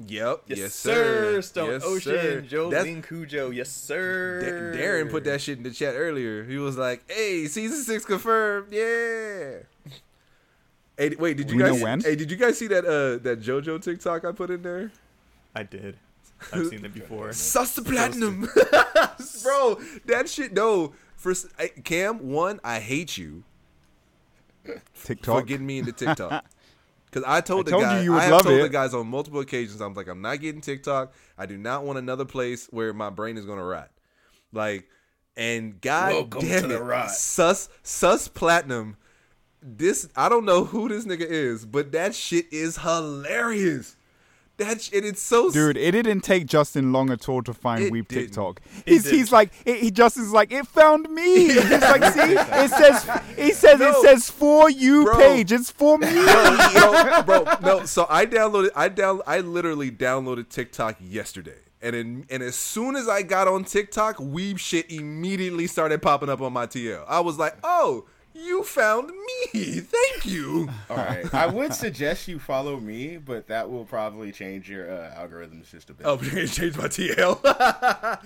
Yep.
yes,
Yes,
sir. Stone
Yes,
Ocean,
sir.
Joe
That's-
Lin Cujo, yes,
Da-
sir.
Darren put that shit in the chat earlier. He was like, "Hey, season six confirmed. Yeah." Hey, d- wait, did you
We know
guys?
when?
Hey, did you guys see that uh that JoJo TikTok I put in there?
I did. I've seen it before.
Sus the platinum, bro. That shit. No, for s- I- Cam one, I hate you for
TikTok.
getting me into TikTok. Because I told
I
the
told
guy,
you you would
I have
love
told
it.
the guys on multiple occasions, I'm like, I'm not getting TikTok. I do not want another place where my brain is gonna rot. Like, and god
Welcome
damn
to
it,
the rot.
sus sus platinum. This I don't know who this nigga is, but that shit is hilarious. That sh- and it's so
Dude, it didn't take Justin long at all to find
It
Weeb
didn't.
TikTok. He's,
didn't.
he's like, it, he Justin's like, it found me. He's like, see, it says, it says,
No.
it says for you
Bro.
page. It's for me.
no, bro, no. So I downloaded. I down. I literally downloaded TikTok yesterday, and in, and as soon as I got on TikTok, weeb shit immediately started popping up on my TL. I was like, oh, you found me. Thank you.
All right, I would suggest you follow me, but that will probably change your uh, algorithms just a bit.
Oh, you changed my TL. I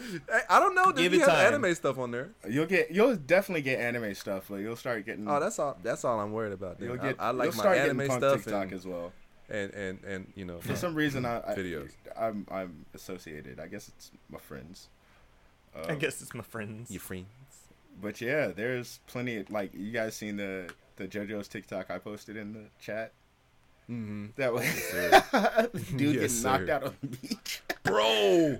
I don't know. Did
Give
you
it
have
time.
anime stuff on there?
You'll get, you'll definitely get anime stuff. Like you'll start getting.
Oh, that's all. That's all I'm worried about.
You'll
Dude.
get.
I, I like
you'll
my
start getting
anime
punk
stuff
TikTok
and,
as well.
and and and you know.
For some reason, I, I
Videos.
I'm I'm associated. I guess it's my friends.
I guess it's my friends.
Your friends.
But yeah, there's plenty. Of, like you guys seen the the JoJo's TikTok I posted in the chat.
Mm-hmm.
That way, dude
Yes,
getting knocked
sir.
out on the beach.
bro.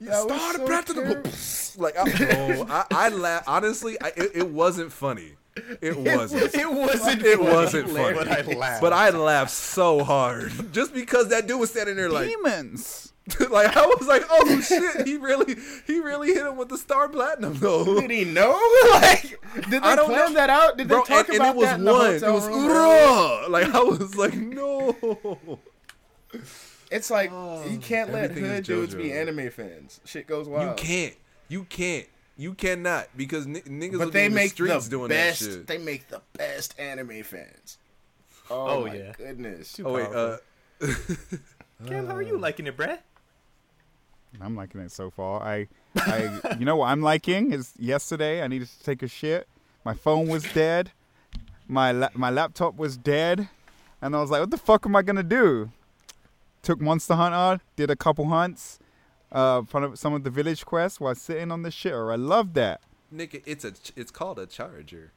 You
That was
started
so
practicing
terrible.
like I, bro, I, I laugh. Honestly, I, it, it wasn't funny. It wasn't.
It wasn't.
It wasn't funny.
But I laughed.
But I laughed so hard just because that dude was standing there like,
Demons.
like I was like, oh shit, he really, he really hit him with the star platinum though.
Did he know? Like, did they
I don't
plan
know.
that out? Did they
Bro,
talk
and, and
about
it was
that in
one.
the
It
hotel
was
room?
"Ura!" like I was like, no.
It's like you can't let
Oh, Everything is
hood dudes be
JoJo.
anime fans. Shit goes wild.
You can't. You can't. You cannot because n- niggas
But
would
they
be in the
make the,
streets doing
best.
that shit.
They make the best anime fans. Oh,
Oh,
my
yeah.
goodness.
oh wait, uh,
Cam, how are you liking it, bruh?
I'm liking it so far. I, I, you know what I'm liking is yesterday. I needed to take a shit. My phone was dead. My la- my laptop was dead, and I was like, what the fuck am I gonna do? Took Monster Hunter, did a couple hunts, uh, front of some of the village quests while sitting on the shitter. I love that.
Nigga, it's a it's called a charger.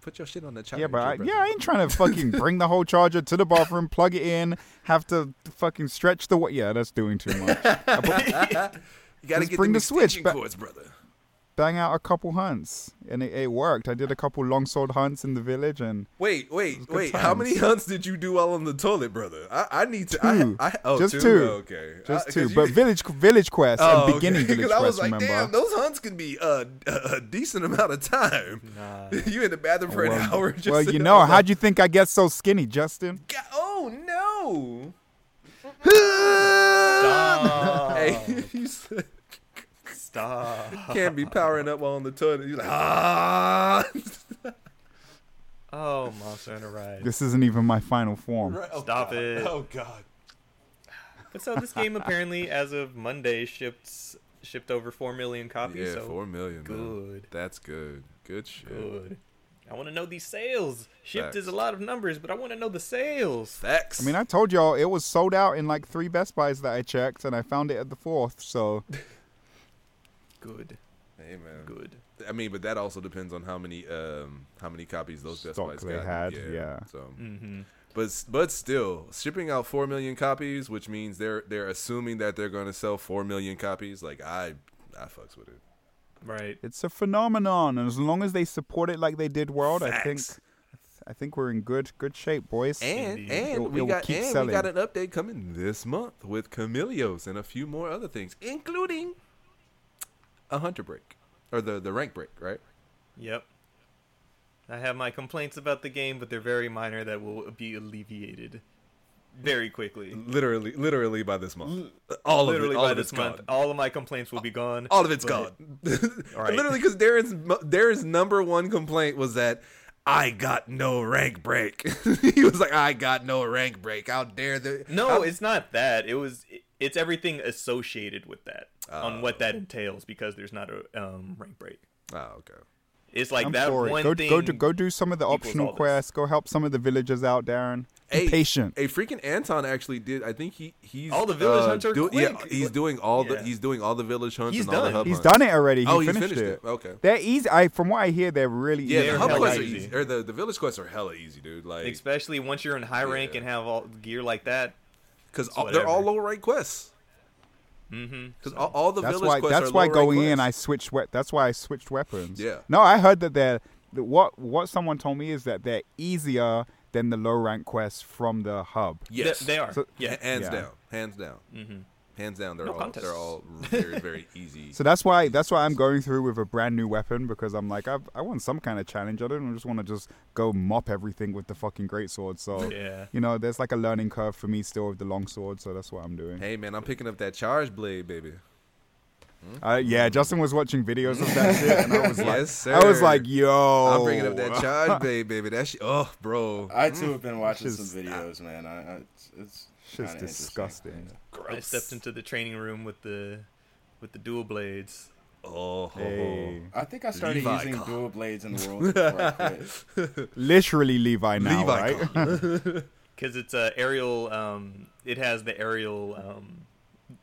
Put your shit on the charger.
Yeah, but I,
brother.
yeah, I ain't trying to fucking bring the whole charger to the bathroom, plug it in, have to fucking stretch the. Wa- yeah, that's doing too much.
you gotta
just
get
bring
them
the Switch
extension
back.
cords, brother.
bang out a couple hunts, and it, it worked. I did a couple longsword hunts in the village, and
Wait, wait,
good
wait. How
times.
many hunts did you do while on the toilet, brother? I, I need to.
Two.
I, I, oh,
Just
two?
two.
Okay,
just
I- Uh, 'cause
two.
you-
But village village quest
oh,
and
okay.
beginning
'Cause
village
I
quest.
was like,
remember?
damn, those hunts can be uh, a, a decent amount of time. you in the bathroom for an
well,
hour. Just
well, you
sitting
know,
on the-
how'd you think I get so skinny, Justin?
Ga- Oh no.
Oh.
Oh.
Stop.
Hey, you said-
Stop.
can't be powering up while on the toilet. You're like, ah.
Oh, Monster Hunter Rise.
This isn't even my final form.
Stop it.
Oh God.
But so this game apparently, as of Monday, shipped shipped over four million copies.
Yeah,
so
four million. man.
good,
That's good. Good shit.
good. I want to know these sales. Shipped is a
Facts.
lot of numbers, but I want to know the sales.
Facts.
I mean, I told y'all it was sold out in like three Best Buys that I checked, and I found it at the fourth. So
Good,
hey man,
good.
I mean, but that also depends on how many um how many copies those Best
Stock
Buys
they
got.
had,
yeah.
yeah.
So,
Mm-hmm.
but s- but still, shipping out four million copies, which means they're they're assuming that they're going to sell four million copies. Like I I fucks with it.
Right.
It's a phenomenon, and as long as they support it like they did World, I think
Facts.
I think we're in good good shape, boys.
And
Indeed.
and
It'll-
we
it'll
got
keep
and
selling.
we got an update coming this month with Camellios and a few more other things, including a hunter break or the the rank break, right?
Yep. I have my complaints about the game, but they're very minor that will be alleviated very quickly.
Literally, literally by this month, all
Literally
of it, all
by
of it's
this month,
gone.
all of my complaints will be gone.
All of it's
but-
gone.
All right.
Literally, because Darren's mo- Darren's number one complaint was that I got no rank break. he was like, I got no rank break. How dare the
No, it's not that. It was. It's everything associated with that on
Ah.
what that entails because there's not a um, rank break.
Oh, okay.
It's like
I'm
that
for it.
one
Go
thing.
go do, go do some of the
equals
optional
all this.
quests. Go help some of the villagers out, Darren. Be patient.
A freaking Anton actually did. I think he he's uh,
All the village hunts are
Yeah,
quick.
he's doing all the
Yeah.
he's doing all the village hunts
He's
and all the
done.
hub
he's
hunts.
done it already. He
Oh, he
finished,
finished
it.
it. Okay.
They're easy. I from what I hear, they're really
Yeah,
easy.
the
They're
hub
hella
quests are
easy.
easy, or the, the village quests are hella easy, dude. Like
Especially once you're in high rank
Yeah.
and have all gear like that.
because they're all low rank quests. Mm-hmm. Because all, all the
That's
village
why.
quests
That's
are
why
low-rank
going in, I
quests.
switched. We- that's why I switched weapons.
Yeah.
No, I heard that they're that what what someone told me is that they're easier than the low rank quests from the hub.
yes
They, they are.
So-
yeah.
Ha- hands
Yeah.
down, hands down, mm-hmm. hands down. They're
No
all
contest.
they're all very very easy.
So that's why that's why I'm going through with a brand new weapon because I'm like I I want some kind of challenge. I don't just want to just go mop everything with the fucking greatsword. So
Yeah.
you know, there's like a learning curve for me still with the longsword. So that's what I'm doing.
hey man, I'm picking up that charge blade, baby.
Uh, yeah, Justin was watching videos of that shit, and I was like,
yes, sir.
I was like, yo,
I'm bringing up that charge blade, baby. That shit. Oh, bro.
I too
Mm.
have been watching
Shit's-
some videos, man. I, I it's, it's
shit's
kinda
disgusting.
I stepped into the training room with the with the dual blades.
Oh, ho, ho.
Hey.
I think I started
Levi
using
Con.
dual blades in the world before I quit.
Literally Levi now,
Levi
right?
because it's a aerial. Um, it has the aerial um,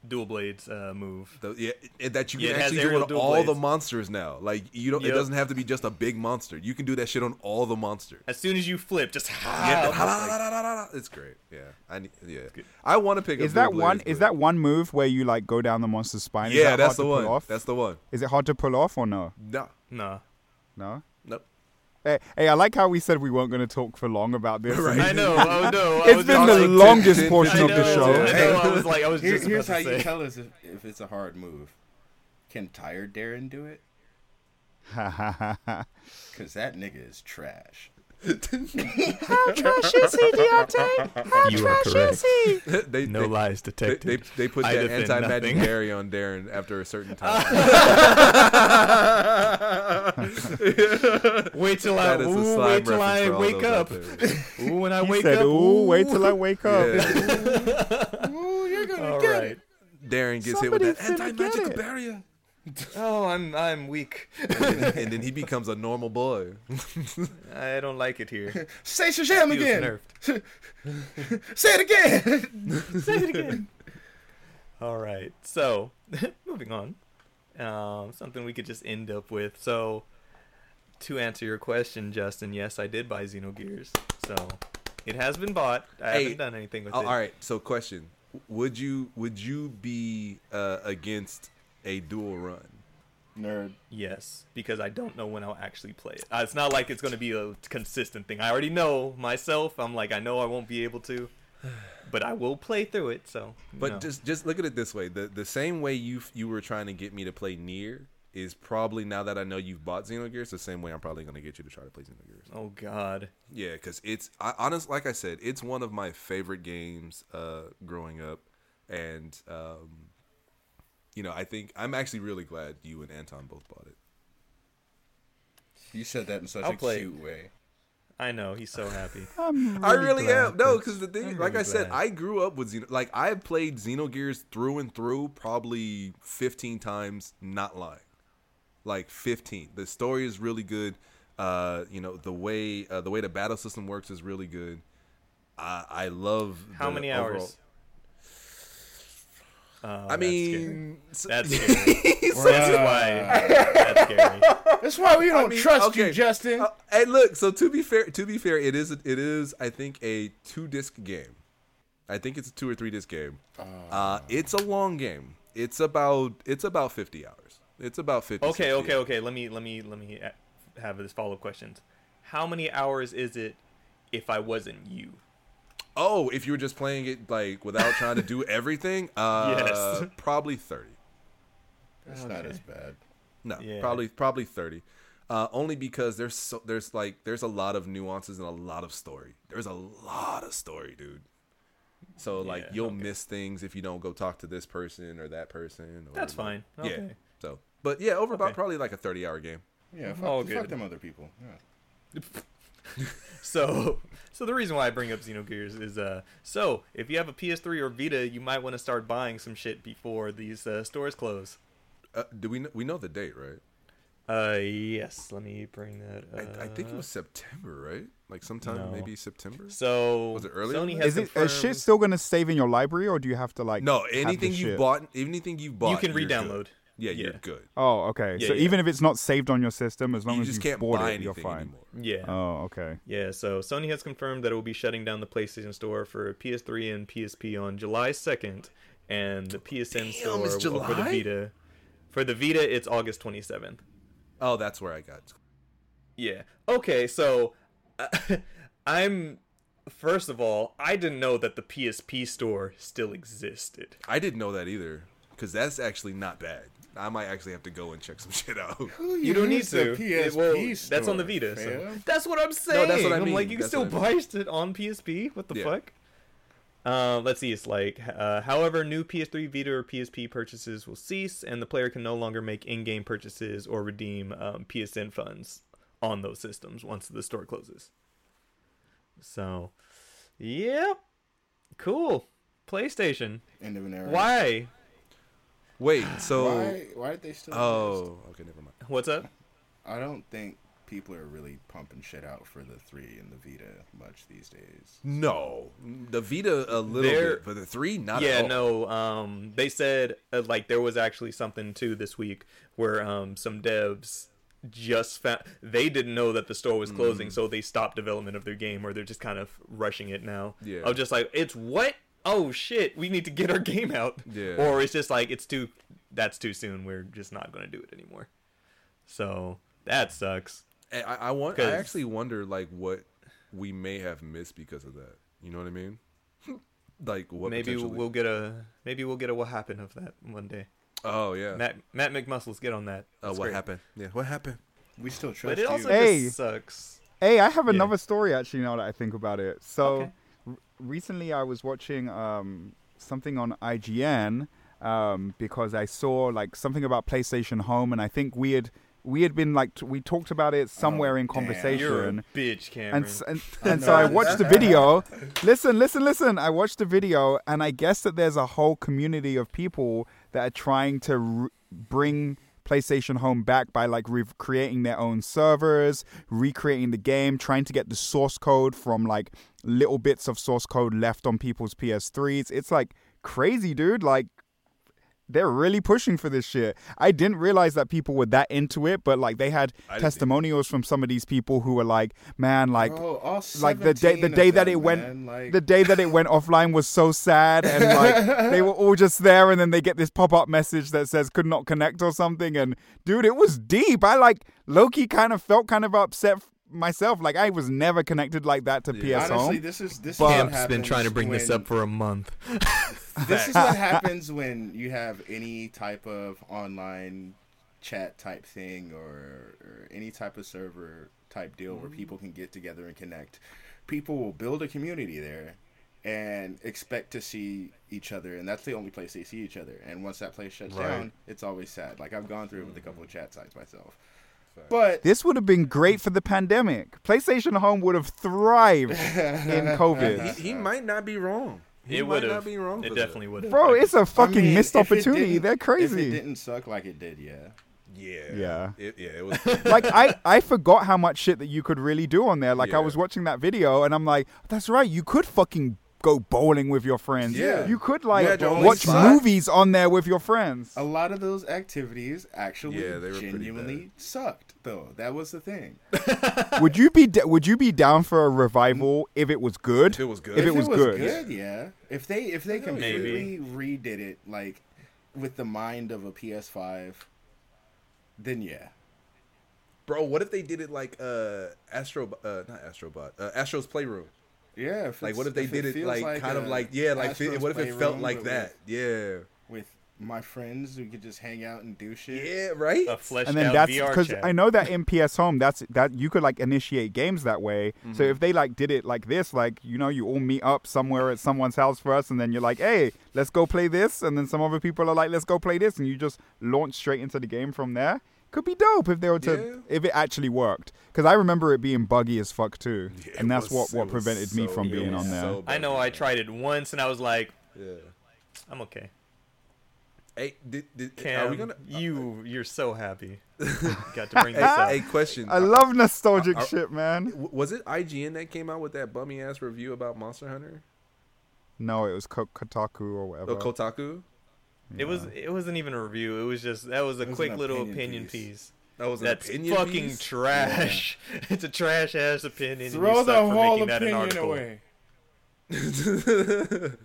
dual blades uh, move.
The- yeah, it- that you
Yeah,
can
it has
actually do
aerial
on
dual
all the
blades.
monsters now. Like you don't, it
Yep.
doesn't have to be just a big monster. You can do that shit on all the monsters.
As soon as you flip, just
Yeah,
how
it's great. Yeah, I need, yeah. I want to pick. up
Is that
Blue
one?
Blaze,
Is
but-
that one move where you like go down the monster's spine? is
Yeah,
that
that's
hard
the
to
one.
Pull off?
That's the one.
Is it hard to pull off or no?
No,
nah.
No.
nope.
Hey, hey, I like how we said we weren't going to talk for long about this.
Right.
I know. Oh no. I
It's
was
been
just
the
like-
longest
10,
portion
I
of
know,
the show.
I know. I was like, I was
Here,
just about
here's
to
how
say.
you tell us if, if it's a hard move. Can tired Darren do it? Cause that nigga is trash.
you are correct.
they,
No
they,
lies
They,
detected.
they, they put
I
that
defend
anti magic
nothing.
carry on Darren after a certain time.
Wait till
that
I
is a
ooh,
slime
wait till
reference
I
for all
wake
those out
up.
there.
Ooh, when I
He
wake
said,
up.
"Ooh, wait till I wake up."
Yeah.
All right.
Darren gets
Somebody's
hit with that
gonna
anti
get
magical
it.
barrier,
Oh, I'm I'm weak.
and then he becomes a normal boy.
I don't like it here.
Say Shazam
Feels
again.
nerfed.
Say it again.
All right. So, moving on. Um, something we could just end up with. So, to answer your question, Justin, yes, I did buy Xenogears. So, it has been bought. I
Hey,
haven't done anything with
Oh,
it.
all right. So, question: Would you would you be uh, against a dual run?
Nerd.
Yes, because I don't know when I'll actually play it. Uh, it's not like it's going to be a consistent thing. I already know myself. I'm like, I know I won't be able to, but I will play through it. So,
But
no.
just just look at it this way: the the same way you f- you were trying to get me to play near is probably now that I know you've bought Xenogears, the same way I'm probably going to get you to try to play Xenogears.
oh god,
Yeah, because it's I honest, like I said, it's one of my favorite games uh, growing up, and um, you know I think I'm actually really glad you and Anton both bought it.
You said that in such
I'll
a
play.
cute way.
I know he's so happy.
I'm
I really
glad
am. No, because the thing,
I'm
like
really
I said,
glad.
I grew up with Xeno. Like I played Xenogears through and through, probably fifteen times. Not lying, like fifteen. The story is really good. Uh, you know the way uh, the way the battle system works is really good. I I love
How
the
many
overall-
hours? Oh, that's
I
scary.
mean, s-
that's scary.
he's-
that's why. That's scary.
That's why we don't
mean,
trust
okay.
you, Justin.
uh, hey, look. So to be fair, to be fair, it is it is I think a two disc game. I think it's a two or three disc game. Uh, it's a long game. It's about it's about fifty hours. It's about fifty.
Okay,
60
okay,
hours.
okay. Let me let me let me a- have this follow up questions. How many hours is it if I wasn't you?
Oh, if you were just playing it like without trying to do everything, uh,
Yes.
probably thirty.
It's not as bad.
No,
Yeah.
probably probably thirty. Uh, only because there's so, there's like there's a lot of nuances and a lot of story. There's a lot of story, dude. So like
Yeah,
you'll
okay.
miss things if you don't go talk to this person or that person. Or
That's fine.
Yeah.
Okay.
So, but yeah, over about
Okay.
probably like a thirty-hour game.
Yeah, fuck,
All
fuck
good.
them other people. Yeah.
So so the reason why I bring up Xenogears is uh so if you have a PS3 or Vita, you might want to start buying some shit before these uh, stores close.
Uh, do we kn- we know the date, right?
Uh yes, let me bring that up.
I, I think it was September, right? Like sometime
Uh, no.
maybe September.
so
Was it earlier
Sony
than
has
Is it
confirmed
is shit still gonna save in your library, or do you have to like
No,
have the
anything you
shit?
bought, anything you bought,
you can
you're good.
re-download.
Yeah, you're
Yeah.
good.
Oh, okay.
Yeah,
so
yeah.
even if it's not saved on your system, as long
you
as
just
you
can't
bought
buy
it, you're
anything
fine.
anymore.
Yeah.
Oh, okay.
Yeah, so Sony has confirmed that it will be shutting down the PlayStation Store for PS3 and PSP on July 2nd, and the PSN
Damn, it's
Store will- for the
July?
Vita. For the Vita, it's August 27th.
Oh, that's where I got.
Yeah. Okay, so uh, I'm. First of all, I didn't know that the PSP Store still existed.
I didn't know that either, because that's actually not bad. I might actually have to go and check some shit out.
You don't need
Use the
to.
PSP
It- well, that's on the
store,
Vita. So.
fam.
That's what I'm
what
saying.
I
am
mean.
like, you can
That's
still
what
buy it on PSP. What the
Yeah.
fuck? Uh, let's see. It's like, uh, however, new PS3, Vita, or PSP purchases will cease, and the player can no longer make in-game purchases or redeem um, PSN funds on those systems once the store closes. So, yep, cool. PlayStation.
End of an era.
Why?
Wait, so
Why? Why did they still? exist?
oh, okay, never mind.
What's up?
I don't think people are really pumping shit out for the three and the Vita much these days.
No, the Vita a little
There-
bit, but the three not.
yeah
at all.
no um they said uh, like there was actually something too this week where um some devs just found they didn't know that the store was
Mm.
closing so they stopped development of their game or they're just kind of rushing it now
Yeah.
i'm just like it's what oh shit we need to get our game out
Yeah.
or it's just like it's too that's too soon we're just not gonna do it anymore so that sucks
And I, I want.
'Cause-
I actually wonder like what we may have missed because of that. You know what I mean? like what?
maybe
potentially-
we'll get a maybe we'll get a what happened of that one day
Oh yeah.
matt matt mcmuscles get on that
Oh,
That's
what
great.
happened? Yeah, what happened?
We still trust
but it
you.
also
Hey.
just sucks
Hey, I have another story actually. Now that I think about it, so
Okay.
r- recently I was watching um, something on IGN um, because I saw like something about PlayStation Home, and I think we had we had been like t- we talked about it somewhere in
damn.
Oh, You're a
conversation.
bitch, Cameron.
And, s- and, and so I watched the video. listen, listen, listen. I watched the video, and I guess that there's a whole community of people that are trying to re- bring PlayStation Home back by like re- creating their own servers, recreating the game, trying to get the source code from like little bits of source code left on people's PS3s. It's like crazy, dude. Like they're really pushing for this shit. I didn't realize that people were that into it, but like they had
either.
testimonials from some of these people who were like, "Man, like,
Bro, all
like the day
17
the
of
day that
them,
it went,
man, like-
the day that it went offline was so sad, and like they were all just there, and then they get this pop up message that says could not connect or something, and dude, it was deep. I like Loki kind of felt kind of upset f- myself, like I was never connected like that to PS Home.
Honestly, this is this is
But-
what
Camp's
I've been
happens
trying to bring this
when-
up for a month.
This is what happens when you have any type of online chat type thing or, or any type of server type deal where people can get together and connect. People will build a community there and expect to see each other, and that's the only place they see each other. And once that place shuts
Right.
down, it's always sad. Like I've gone through it with a couple of chat sites myself, but
This would have been great for the pandemic. PlayStation Home would have thrived in COVID.
Uh-huh.
He, he might not be wrong. He
Uh, it
might
would
not
have.
be wrong.
It
for that.
definitely would have.
Bro, it's a fucking
I mean,
missed
if it
opportunity.
didn't-
They're
If it
crazy.
didn't suck like it did, yeah.
Yeah.
Yeah.
It, yeah. It was.
Like I, I forgot how much shit that you could really do on there. Like
Yeah.
I was watching that video and I'm like, that's right, you could fucking go bowling with your friends.
Yeah.
You could
You
like
had your own
watch
spot.
movies on there with your friends.
A
Oh.
lot of those activities actually
Yeah, they were pretty
genuinely sucked, though. That was the thing.
Would you be d would you be down for a revival if it was good?
If it was good.
If it was good.
yeah. If they if they
Maybe.
completely redid it like with the mind of a PS5, then yeah.
Bro, what if they did it like uh Astro uh not Astrobot. Uh, Astro's Playroom.
Yeah. If
Like
it's-
what if they
if
did it
feels
like, uh, kind
a
of like yeah, like
Astro's
what if it felt
Playroom,
like
but
that? Yeah.
with, with my friends who could just hang out and do shit.
Yeah, right?
A fleshed
and then
out
that's
VR
because
chat.
I know that in PS Home, that's that you could like initiate games that way.
Mm-hmm.
So if they like did it like this, like you know, you all meet up somewhere at someone's house first, and then you're like, hey, let's go play this, and then some other people are like, let's go play this, and you just launch straight into the game from there. Could be dope if they were to if it actually worked. Because I remember it being buggy as fuck too,
Yeah, it
and that's
was-
what what
it was
prevented me
so-
from
it
being
was
on there.
so
I know
bad.
I tried it once and I was like,
Yeah.
I'm okay.
Hey, did, did,
Cam,
are we gonna uh,
you you're so happy. Got to bring this up.
Hey, hey, question.
I love nostalgic
I- I-
shit, man.
W- Was it IGN that came out with that bummy ass review about Monster Hunter?
No, it was Ko- Kotaku or whatever.
Oh, Kotaku.
It was it wasn't even a review. It was just that was a
was
quick
an
little
opinion
opinion
piece.
piece.
That was an
That's
opinion
fucking
piece?
trash. it's a trash ass opinion. and
Throw
you
the
suck for
whole
making that an
opinion
article.
away.
it's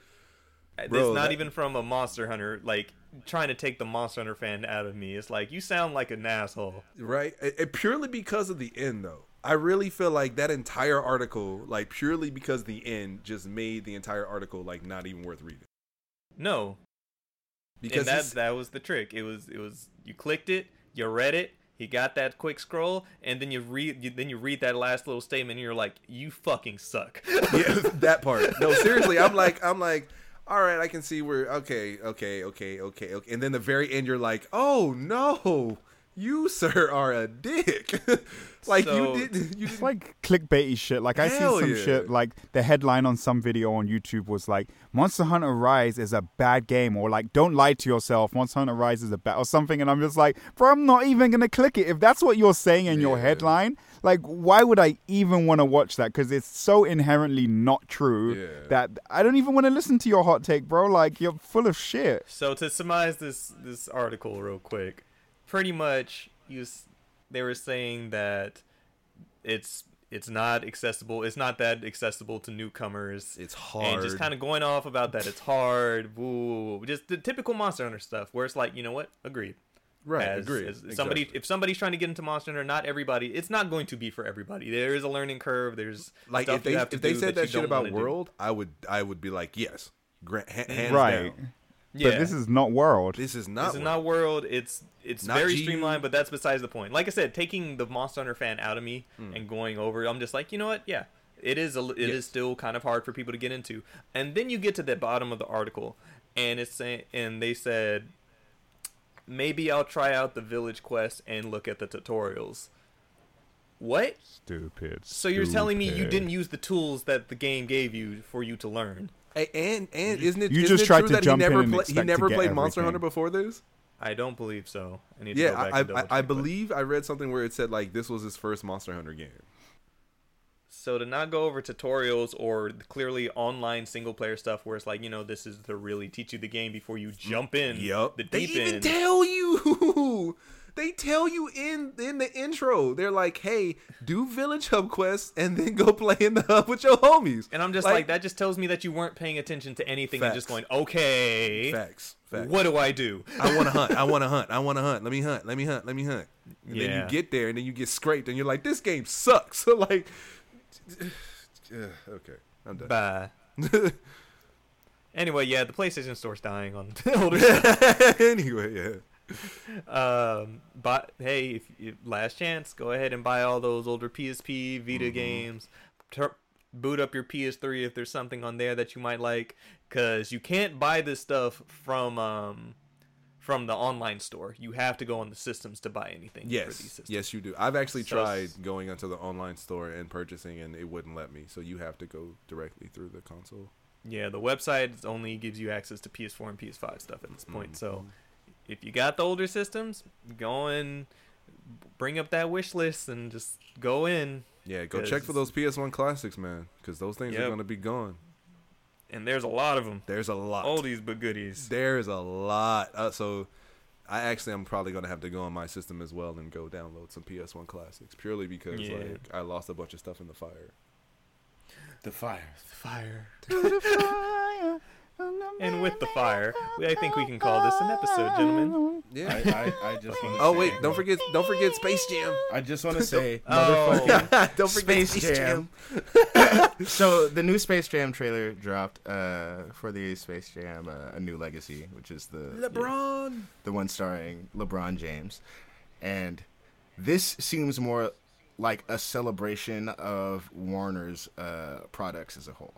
Bro,
not
that-
even from a Monster Hunter. Like trying to take the Monster Hunter fan out of me. It's like you sound like an asshole.
right? It, it purely because of the end, though. I really feel like that entire article, like purely because the end, just made the entire article like not even worth reading.
No,
Because
and that
it's-
that was the trick. It was it was you clicked it, you read it, he got that quick scroll, and then you read you, then you read that last little statement, and you're like, you fucking suck.
yeah, that part. No, seriously, I'm like, I'm like, all right, I can see where. Okay, okay, okay, okay, okay. And then the very end, you're like, oh no, you sir are a dick. like
So-
you did, you
It's
did
like clickbaity shit. Like I see
Hell
some
yeah.
shit like the headline on some video on YouTube was like Monster Hunter Rise is a bad game or like don't lie to yourself, Monster Hunter Rise is a bad or something and I'm just like, bro, I'm not even gonna click it. If that's what you're saying in your
Yeah.
headline, like why would I even wanna watch that? Because it's so inherently not true
Yeah.
that I don't even want to listen to your hot take, bro. Like you're full of shit.
So to surmise this this article real quick, pretty much you s- they were saying that it's it's not accessible. It's not that accessible to newcomers.
It's
And
hard.
just kind of going off about that. It's hard. Woo. Just the typical Monster Hunter stuff, where it's like, you know what? Agreed.
right.
as-
agree.
as somebody
Exactly.
if somebody's trying to get into Monster Hunter, not everybody. It's not going to be for everybody. There is a learning curve. There's
like
stuff
if they
you have to
if they
do
said
that
that,
you
shit
don't
about
wanna do.
World, I would I would be like yes, Gra- ha- hands
Right.
down.
yeah.
But this is not world.
This is
This
not.
is
World.
not world. It's it's
Not
very
GU.
streamlined, but that's besides the point. Like I said, taking the Monster Hunter fan out of me and going over, it, I'm just like, you know what? Yeah, it is. A, li- it is
Hmm. Yes.
still kind of hard for people to get into. And then you get to the bottom of the article, and it's saying, and they said, maybe I'll try out the village quest and look at the tutorials. What?
stupid.
So you're telling me you didn't use the tools that the game gave you for you to learn?
A- and and isn't it?
You
isn't
just
it
tried
true
to
that
jump
he never
in and
pla-
expect to
he never
get
played Monster
everything.
Hunter before this.
I don't believe so. I need to
Yeah,
go back
I
and double
I, I
check, but-
believe I read something where it said like this was his first Monster Hunter game.
So to not go over tutorials or the clearly online single player stuff where it's like, you know, this is to really teach you the game before you jump in
Mm, Yup.
the
They
deep
even
end.
tell you. They tell you in in the intro. They're like, "Hey, do village hub quests and then go play in the hub with your homies."
and I'm just like, that just tells me that you weren't paying attention to anything and just
Facts.
going, okay,
Facts. Facts.
what do I do?
I want to hunt. I want to hunt. I want to hunt. Let me hunt. Let me hunt. Let me hunt. And then
Yeah.
you get there, and then you get scraped, and you're like, "This game sucks." So like, Ugh, okay, I'm done.
Bye. anyway, yeah, the PlayStation Store's dying on older stuff.
anyway, yeah.
Um, but hey, if, if last chance, go ahead and buy all those older PSP, Vita games. Tur- boot up your PS3 if there's something on there that you might like, because you can't buy this stuff from um from the online store. You have to go on the systems to buy anything for these
Yes,
systems.
yes, you do. I've actually
So-
tried going onto the online store and purchasing, and it wouldn't let me. So you have to go directly through the console.
Yeah, the website only gives you access to PS4 and PS5 stuff at this point. So if you got the older systems, go and bring up that wish list and just go in
Yeah, go
'Cause-
check for those PS1 classics, man, because those things are
Yep.
gonna be gone.
and there's a lot of them.
There's a lot.
Oldies but goodies.
There's a lot. Uh, so I actually I'm probably gonna have to go on my system as well and go download some PS1 classics purely because
Yeah.
like I lost a bunch of stuff in the fire.
The fire.
Fire. And with the fire, we, I think we can call this an episode, gentlemen.
Yeah.
I, I, I just want to
oh wait, don't forget don't forget Space Jam.
I just want to say,
Oh,
don't forget
Space Jam. so the new Space Jam trailer dropped uh, for the Space Jam: uh, A New Legacy, which is the
LeBron.
the one starring LeBron James, and this seems more like a celebration of Warner's uh, products as a whole.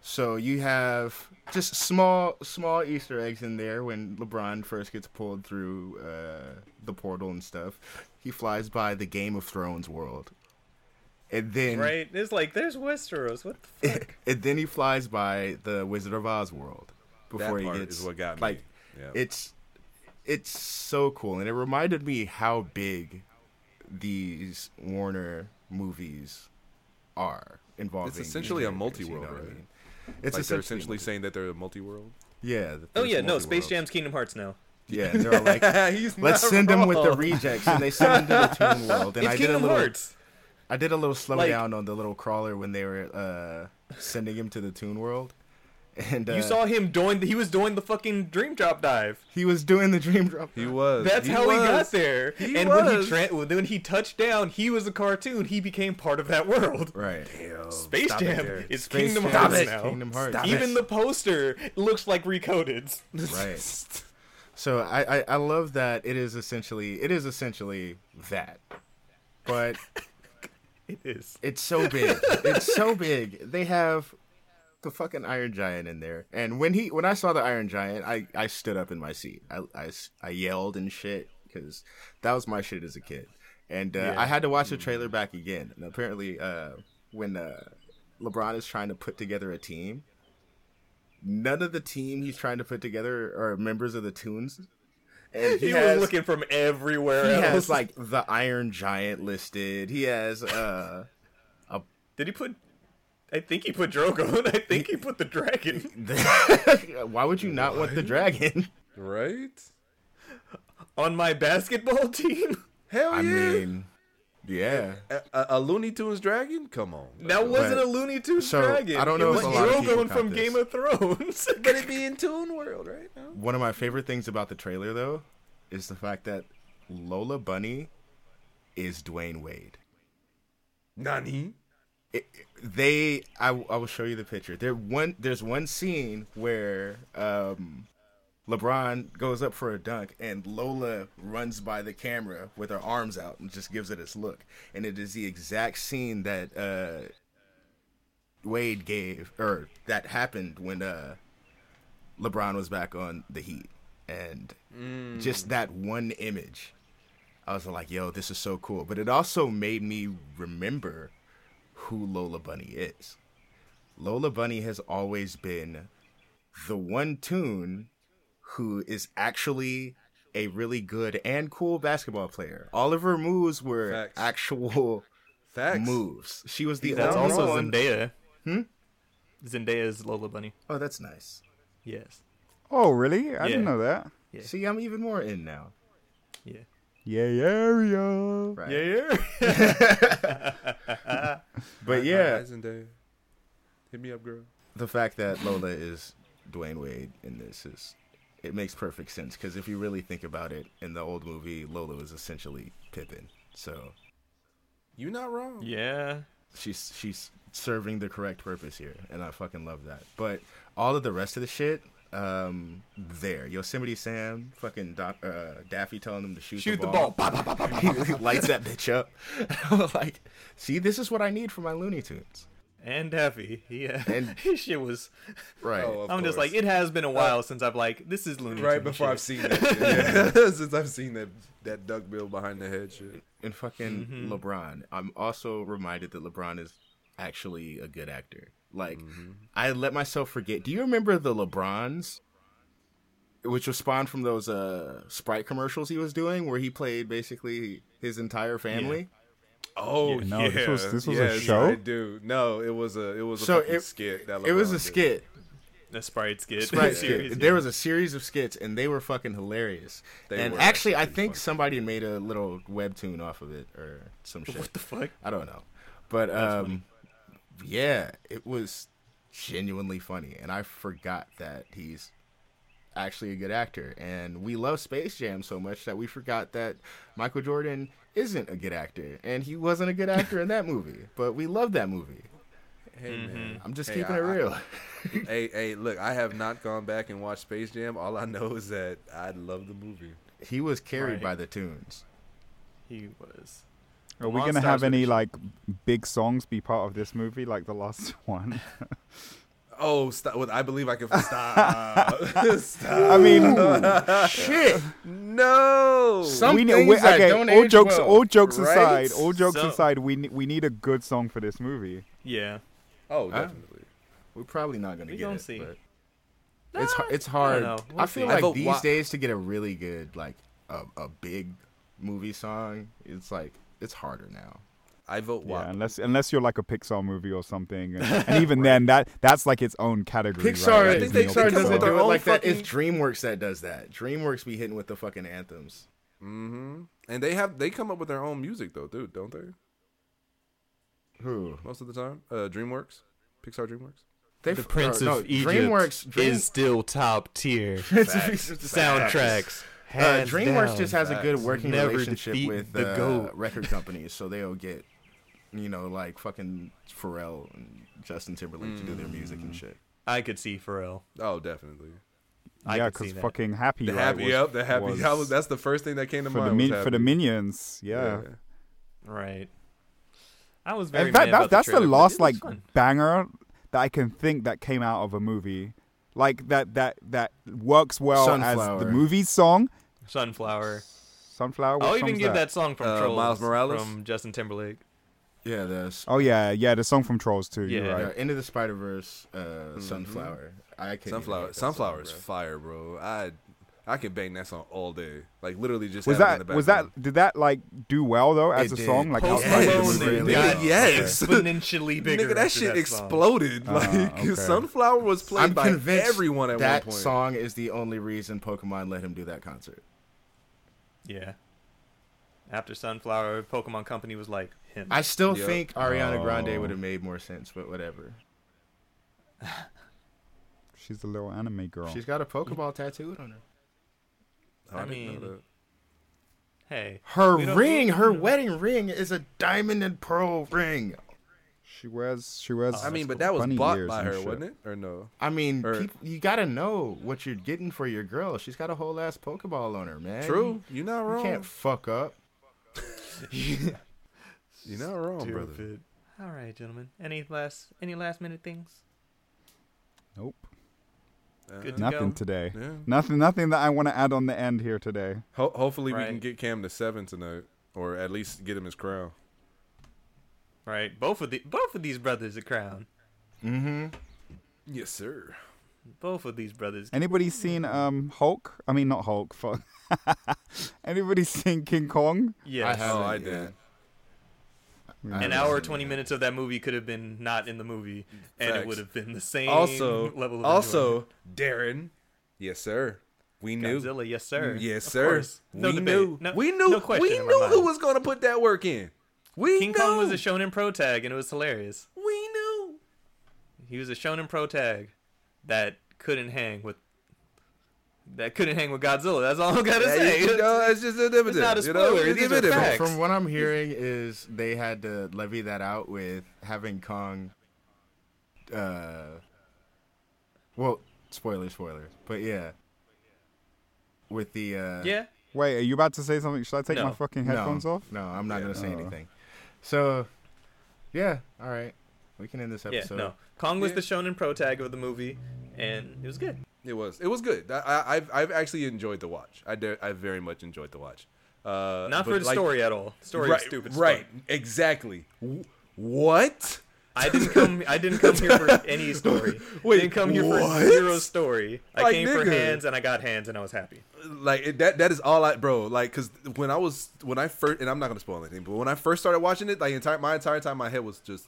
So you have just small small Easter eggs in there when LeBron first gets pulled through uh, the portal and stuff. He flies by the Game of Thrones world, and then
right? It's like there's Westeros. What the fuck?
and then he flies by the Wizard of Oz world before
that part
he gets
is what got me.
like
yeah.
it's it's so cool and it reminded me how big these warner movies are involving
It's essentially a
these characters,
multi-world,
what
right?
it's
like they're
essentially,
essentially saying that they're a multi-world.
yeah that
Oh
there's
yeah, no. Space
multi-worlds.
Jam's Kingdom Hearts now.
yeah and they're all like
He's
let's send them with the
wrong.
rejects and they send them to the toon world and
it's
i did a
Kingdom
little
Hearts.
i did a little slow
Like-
down on the little crawler when they were uh sending him to the toon world and uh,
you saw him doing. He was doing the fucking dream drop dive.
he was doing the dream drop
He was.
That's
He
how he
was.
got there.
He
and when he
was.
tra- when he touched down, he was a cartoon. He became part of that world.
right
Space
Stop it,
Jam
Jared.
is
Space
Kingdom
Jam
Hearts
is
now.
Kingdom Hearts. Stop
Even
it.
the poster looks like recoded.
Right. So I, I I love that it is essentially it is essentially that, but
it is.
it's so big. It's so big. They have the fucking Iron Giant in there, and when he when I saw the Iron Giant, I I stood up in my seat. I I s- I yelled and shit because that was my shit as a kid, and uh, I had to watch the trailer back again. And apparently, uh, when uh, LeBron is trying to put together a team. None of the team he's trying to put together are members of the Toons, and
He,
he, has
was looking from everywhere
he
else.
has like the Iron Giant listed. He has uh
Did he put? I think he put Drogon. I think he put the dragon.
why would you not want the dragon?
Right?
on my basketball team.
Hell
I
Oh, yeah.
mean yeah.
a, a- a Looney Tunes dragon? Come on.
That wasn't
Right.
a Looney Tunes
So,
dragon.
I don't
it
know
was
if a lot of people
Drogon
caught
from
this.
Game of Thrones.
But it be in Toon World, right? No?
One of my favorite things about the trailer though is the fact that Lola Bunny is Dwayne Wade.
Nani?
It, they I, I will show you the picture. There one there's one scene where um LeBron goes up for a dunk and Lola runs by the camera with her arms out and just gives it this look. And it is the exact scene that uh Wade gave or that happened when uh LeBron was back on the Heat. And just that one image. I was like, yo, this is so cool. But it also made me remember who Lola Bunny is. Lola Bunny has always been the one tune who is actually a really good and cool basketball player. All of her moves were
Facts.
actual
Facts.
moves. She was the
That's
only
also
one.
Zendaya. Hmm? Zendaya is Lola Bunny.
Oh, that's nice.
Yes.
Oh, really? I didn't
Yeah.
know that.
See, I'm even more in now.
Yeah.
Yeah, yeah, yeah.
Right.
Yeah.
But
My
yeah,
eyes and day. Hit me up, girl.
the fact that Lola is Dwayne Wade in this is it makes perfect sense because if you really think about it, in the old movie, Lola was essentially Pippin. So
You not wrong.
yeah.
she's she's serving the correct purpose here, and I fucking love that. But all of the rest of the shit, um, there Yosemite Sam, fucking Doc, uh, Daffy telling them to shoot,
Shoot
the
the
ball.
ball.
He lights that bitch up. I was like, see, this is what I need for my Looney Tunes.
And Daffy. Yeah.
And-
his shit was.
Right.
Oh, of
I'm just
course. Uh,
like, it has been a while since I've like, this is Looney
Right
Tunes
before
shit.
I've seen that. shit. Since I've seen that, that duck bill behind the head shit.
and fucking
Mm-hmm.
LeBron. I'm also reminded that LeBron is actually a good actor. Like
Mm-hmm.
I let myself forget. Do you remember the LeBrons? Which was spawned from those uh Sprite commercials he was doing where he played basically his entire family.
Oh yeah,
No, this was- this was a
Yes,
show?
I do. No, it was a it was a
So
fucking
it-
skit. That
It was
LeBron
a
did.
skit.
The Sprite skit.
Sprite
Series,
skit.
yeah.
There was a series of skits, and they were fucking hilarious.
They
and
were
actually, I
actually
think
funny.
somebody made a little webtoon off of it or some shit.
What the fuck?
I don't know, but um, yeah, it was genuinely funny, and I forgot that he's actually a good actor. And we love Space Jam so much that we forgot that Michael Jordan isn't a good actor, and he wasn't a good actor in that movie. But we love that movie.
Hey man,
I'm just
Hey,
keeping
I-
it real.
hey hey, look, I have not gone back and watched Space Jam. All I know is that I love the movie.
he was carried
Right.
by the tunes.
He was.
Are we
Monstars
gonna have
were
any
just-
like big songs be part of this movie, like the last one?
Oh, stop! Well, I believe I can stop. stop.
I mean,
Shit.
No.
Some
we, ne-
things
we
that
okay.
don't
all
age
jokes,
well,
all jokes
right?
aside, all jokes
So-
aside, we ne- we need a good song for this movie.
Yeah.
oh, definitely.
We're probably not gonna
We
get
gonna
it.
see.
but it's har- it's hard. I,
know. We'll
feel
see.
I
like
vote
these
wa-
days to get a really good like a, a big movie song. It's like it's harder now.
I vote
Yeah,
WAP.
unless unless you're like a Pixar movie or something, and, and even then, that that's like its own category.
Pixar,
right?
I
That
think
Disney or
they-
Pixar
because
doesn't
of their
do it
own
like that. It's
fucking-
DreamWorks that does that. DreamWorks be hitting with the fucking anthems.
Mm-hmm. And they have they come up with their own music though, dude, don't they?
Who?
Most of the time, uh, DreamWorks, Pixar, DreamWorks.
They
The
f-
Prince
or, no,
of Egypt
DreamWorks Dream-
is still top tier.
Prince of Egypt is-
Soundtracks.
Uh,
hands
DreamWorks
down.
just has a good
Facts.
working
Never
relationship
defeat
with
the
the uh,
goat.
record companies, so they'll get, you know, like fucking Pharrell and Justin Timberlake to do their music and shit.
I could see Pharrell.
Oh, definitely.
I
yeah,
could see
because
that.
fucking happy,
The
right,
happy,
was-
up, the happy.
was
that was that's the first thing that came to
for
mind.
the
was
min- for the
Happy.
minions. Yeah.
Right. I was very.
In fact,
mad
that,
about
that's the
trailer, but
last
it was
like
fun.
banger that I can think that came out of a movie, like that that that works well as the
Sunflower.
movie's song.
Sunflower.
Sunflower. What
I'll
song's
even give that song from
Uh,
Trolls,
Miles Morales?
from Justin Timberlake.
Yeah, that's
Oh yeah, yeah, the song from Trolls too. You're
Yeah.
right.
Yeah, Into the Spider Verse, uh, Sunflower. I can
Sunflower, sunflower is fire, bro. I I could bang that song all day. Like literally just
Was
have it in
that
the
was that
background.
did that like do well though as
It
a
did.
song like
Post
outside
Malone
of the
did
movie?
really that.
Nigga,
well.
yes.
Exponentially bigger.
Nigga, that
after
shit
song.
exploded. like
Ah, okay.
Sunflower was played
I'm
by
convinced
everyone at
that
one point.
song is the only reason Pokemon let him do that concert.
Yeah. After Sunflower, Pokemon Company was like him.
I still
Yep.
think Ariana Grande
Oh.
would have made more sense, but whatever.
She's a little anime girl.
She's got a Pokeball tattooed on her.
Oh, I,
I
didn't know
mean-
that.
hey.
Her
We don't-
ring, her wedding ring, is a diamond and pearl ring.
she wears she wears.
I mean, but that was
bunny
bought
ears
by
and
her,
shit.
wasn't it? Or no?
I mean,
Or-
peop you gotta know what you're getting for your girl. She's got a whole ass Pokeball on her, man.
True. You're not
You
wrong.
can't fuck up.
You're not wrong, brother.
Stupid. All right, gentlemen. Any last any last minute things?
Nope,
Good
Uh,
to
nothing
go.
today.
yeah.
Nothing, nothing that I want to add on the end here today.
Ho- hopefully we can
Right.
get Cam to seven tonight, or at least get him his crown.
Right. Both of the both of these brothers a crown.
Mm-hmm.
Yes, sir.
Both of these brothers.
Anybody seen um Hulk? I mean, not Hulk. Fuck. Anybody seen King Kong?
Yes.
I have-
oh,
Haven't
I
yet.
did.
An hour twenty minutes of that movie could have been not in the movie, and
Facts.
it would have been the same
Also,
level. Of enjoyment.
also, Darren. Yes, sir. We knew. Mm,
Godzilla, yes sir.
Yes,
Of
sir.
course. No
we,
debate.
knew.
No-
we knew.
no question
We
in my
knew
mind.
who was going to put that work in. We
King
knew.
Kong was a Shonen Pro tag, and it was hilarious.
We knew.
He was a Shonen Pro tag that couldn't hang with that couldn't hang with Godzilla. That's all I gotta
Yeah,
say.
you know, it's just a
It's
dividend.
not a
you know?
spoiler, these are
dividend.
facts.
From what I'm hearing is they had to levy that out with having Kong. Uh, well, spoiler, spoiler, but yeah, with the uh,
yeah.
Wait, are you about to say something? Should I take my
No.
fucking
no,
headphones off?
No, I'm not gonna say
Oh.
anything. So, yeah, all right, we can end this
Yeah,
episode.
no. Kong was
Yeah.
the shonen pro tag of the movie, and it was good.
It was. It was good. I, I, I've, I've actually enjoyed the watch. I, dare, I very much enjoyed the watch. Uh,
Not for
but
the
like-
story at all. The story
right,
was stupid. as
Right.
fuck.
Exactly. W- What?
I didn't come. I didn't come here for any story.
Wait,
didn't come here
what?
for zero story. I
Like,
came for
nigga.
hands, and I got hands, and I was happy.
like it, that that is all I bro like because when I was when I first and I'm not gonna spoil anything but when I first started watching it like entire my entire time my head was just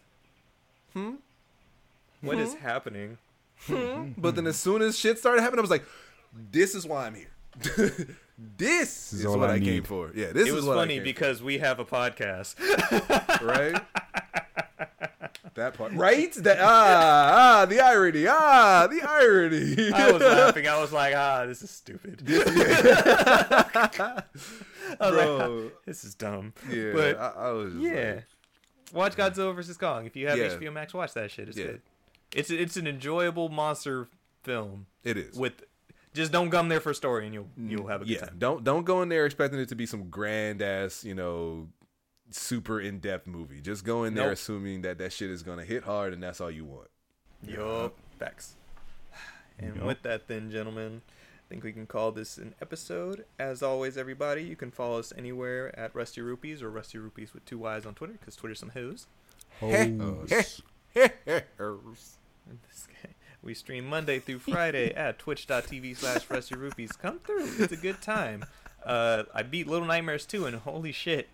What
Mm-hmm.
is happening?
but then as soon as shit started happening I was like this is why I'm here this is,
all
what
I
I, came
need.
for yeah this
It
is
was
what I
funny
came
because we have a podcast.
for, right that part right that ah ah the irony ah the irony
I was laughing. I was like, ah, this is stupid. I was like,
Bro.
this is dumb.
yeah
but
I, I was just
yeah,
like,
watch Godzilla vs Kong. If you have
Yeah.
HBO Max, watch that shit. It's
Yeah.
good. It's it's an enjoyable monster film
it is
with. Just don't come there for story, and you'll you'll have a good
Mm, yeah
time.
don't don't go in there expecting it to be some grand ass you know super in-depth movie just go in there
Nope.
assuming that that shit is gonna hit hard and that's all you want
Yup. Facts. And with that, then, gentlemen, I think we can call this an episode. As always, everybody, you can follow us anywhere at Rusty Rupees or Rusty Rupees with two Y's on Twitter because Twitter's some hoes. And this guy- We stream Monday through Friday at twitch.tv slash Rusty Rupees. Come through. It's a good time. Uh, I beat Little Nightmares 2, and holy shit.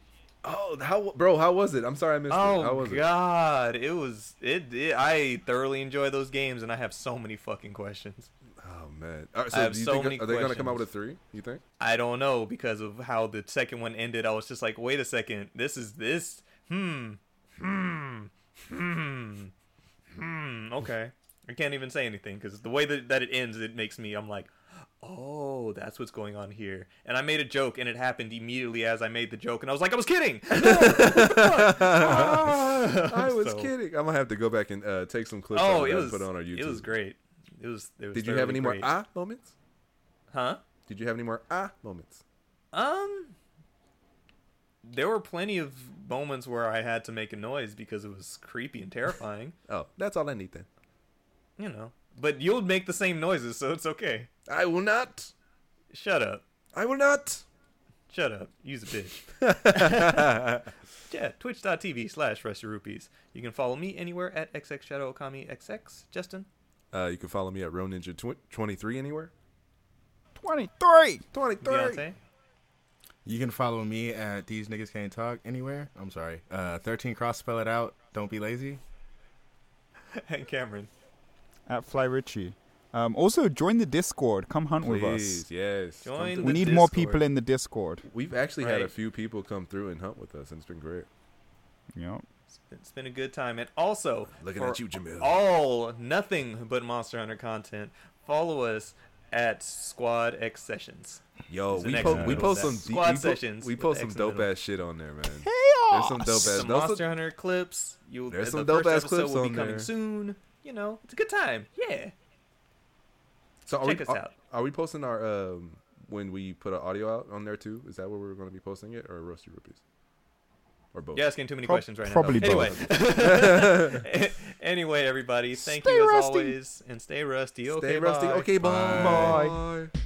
oh how bro how was it i'm sorry i missed it how
Oh,
was it
God. It was. It, it. I thoroughly enjoy those games, and I have so many fucking questions.
oh man All right,
I have
do you
so
think,
many
are they gonna come out
questions.
with a three you think
I don't know because of how the second one ended. I was just like, wait a second, this is this. Hmm. Hmm. Hmm. Hmm. Okay. I can't even say anything because the way that, that it ends, it makes me, I'm like, oh, that's what's going on here. And I made a joke and it happened immediately as I made the joke. And I was like, I was kidding. No, what the fuck? Ah.
i was
So-
kidding i'm gonna have to go back and uh, take some clips out
Oh, it
of that
was,
and put on our youtube
it was great. It was, it was
did you have
thoroughly
any more
great.
ah moments
Huh?
did you have any more ah moments
Um, there were plenty of moments where I had to make a noise because it was creepy and terrifying,
oh that's all i need then
you know. But you'll make the same noises, so it's okay.
i will not
Shut up.
i will not
Shut up. Use a bitch. yeah, twitch.tv slash rusty rupees. You can follow me anywhere at xxshadowokamiXX. Justin,
uh, you can follow me at Row Ninja tw- 23 anywhere.
23.
23.
Beyonce,
You can follow me at These Niggas Can't Talk anywhere. I'm sorry. Uh, 13 cross spell it out. Don't be lazy.
and Cameron.
At Fly Richie. Um, also, join the Discord. Come hunt with us.
Please, yes. Come
Join
through.
We
the
need more
Discord.
people in the Discord.
We've actually had a
Right.
few people come through and hunt with us, and it's been great.
Yep.
It's been a good time. And also,
Looking
for
at you, Jamil.
All nothing but Monster Hunter content. Follow us at Squad X Sessions.
Yo,
It's an
we, po-
excellent
we
middle
post some
set.
deep-
Squad
we po-
sessions
We
with
post
the
some
X in the
dope
middle.
ass shit on there, man. There's some dope ass.
some
those are-
Monster Hunter clips. You'll,
There's
the
some dope
first
ass
episode
clips
will be
on
coming
there.
soon. You know, it's a good time. Yeah.
so are
check
we,
us
are-
out.
Are we posting our um when we put our audio out on there too? Is that where we're going to be posting it, or roasty rupees, or both?
You're asking too many
Prob-
questions right
probably
now.
both.
Anyway, anyway, everybody, thank
Stay
you as
rusty.
always, and stay rusty.
Stay
Okay,
rusty.
bye.
Okay, bye.
Bye.
bye.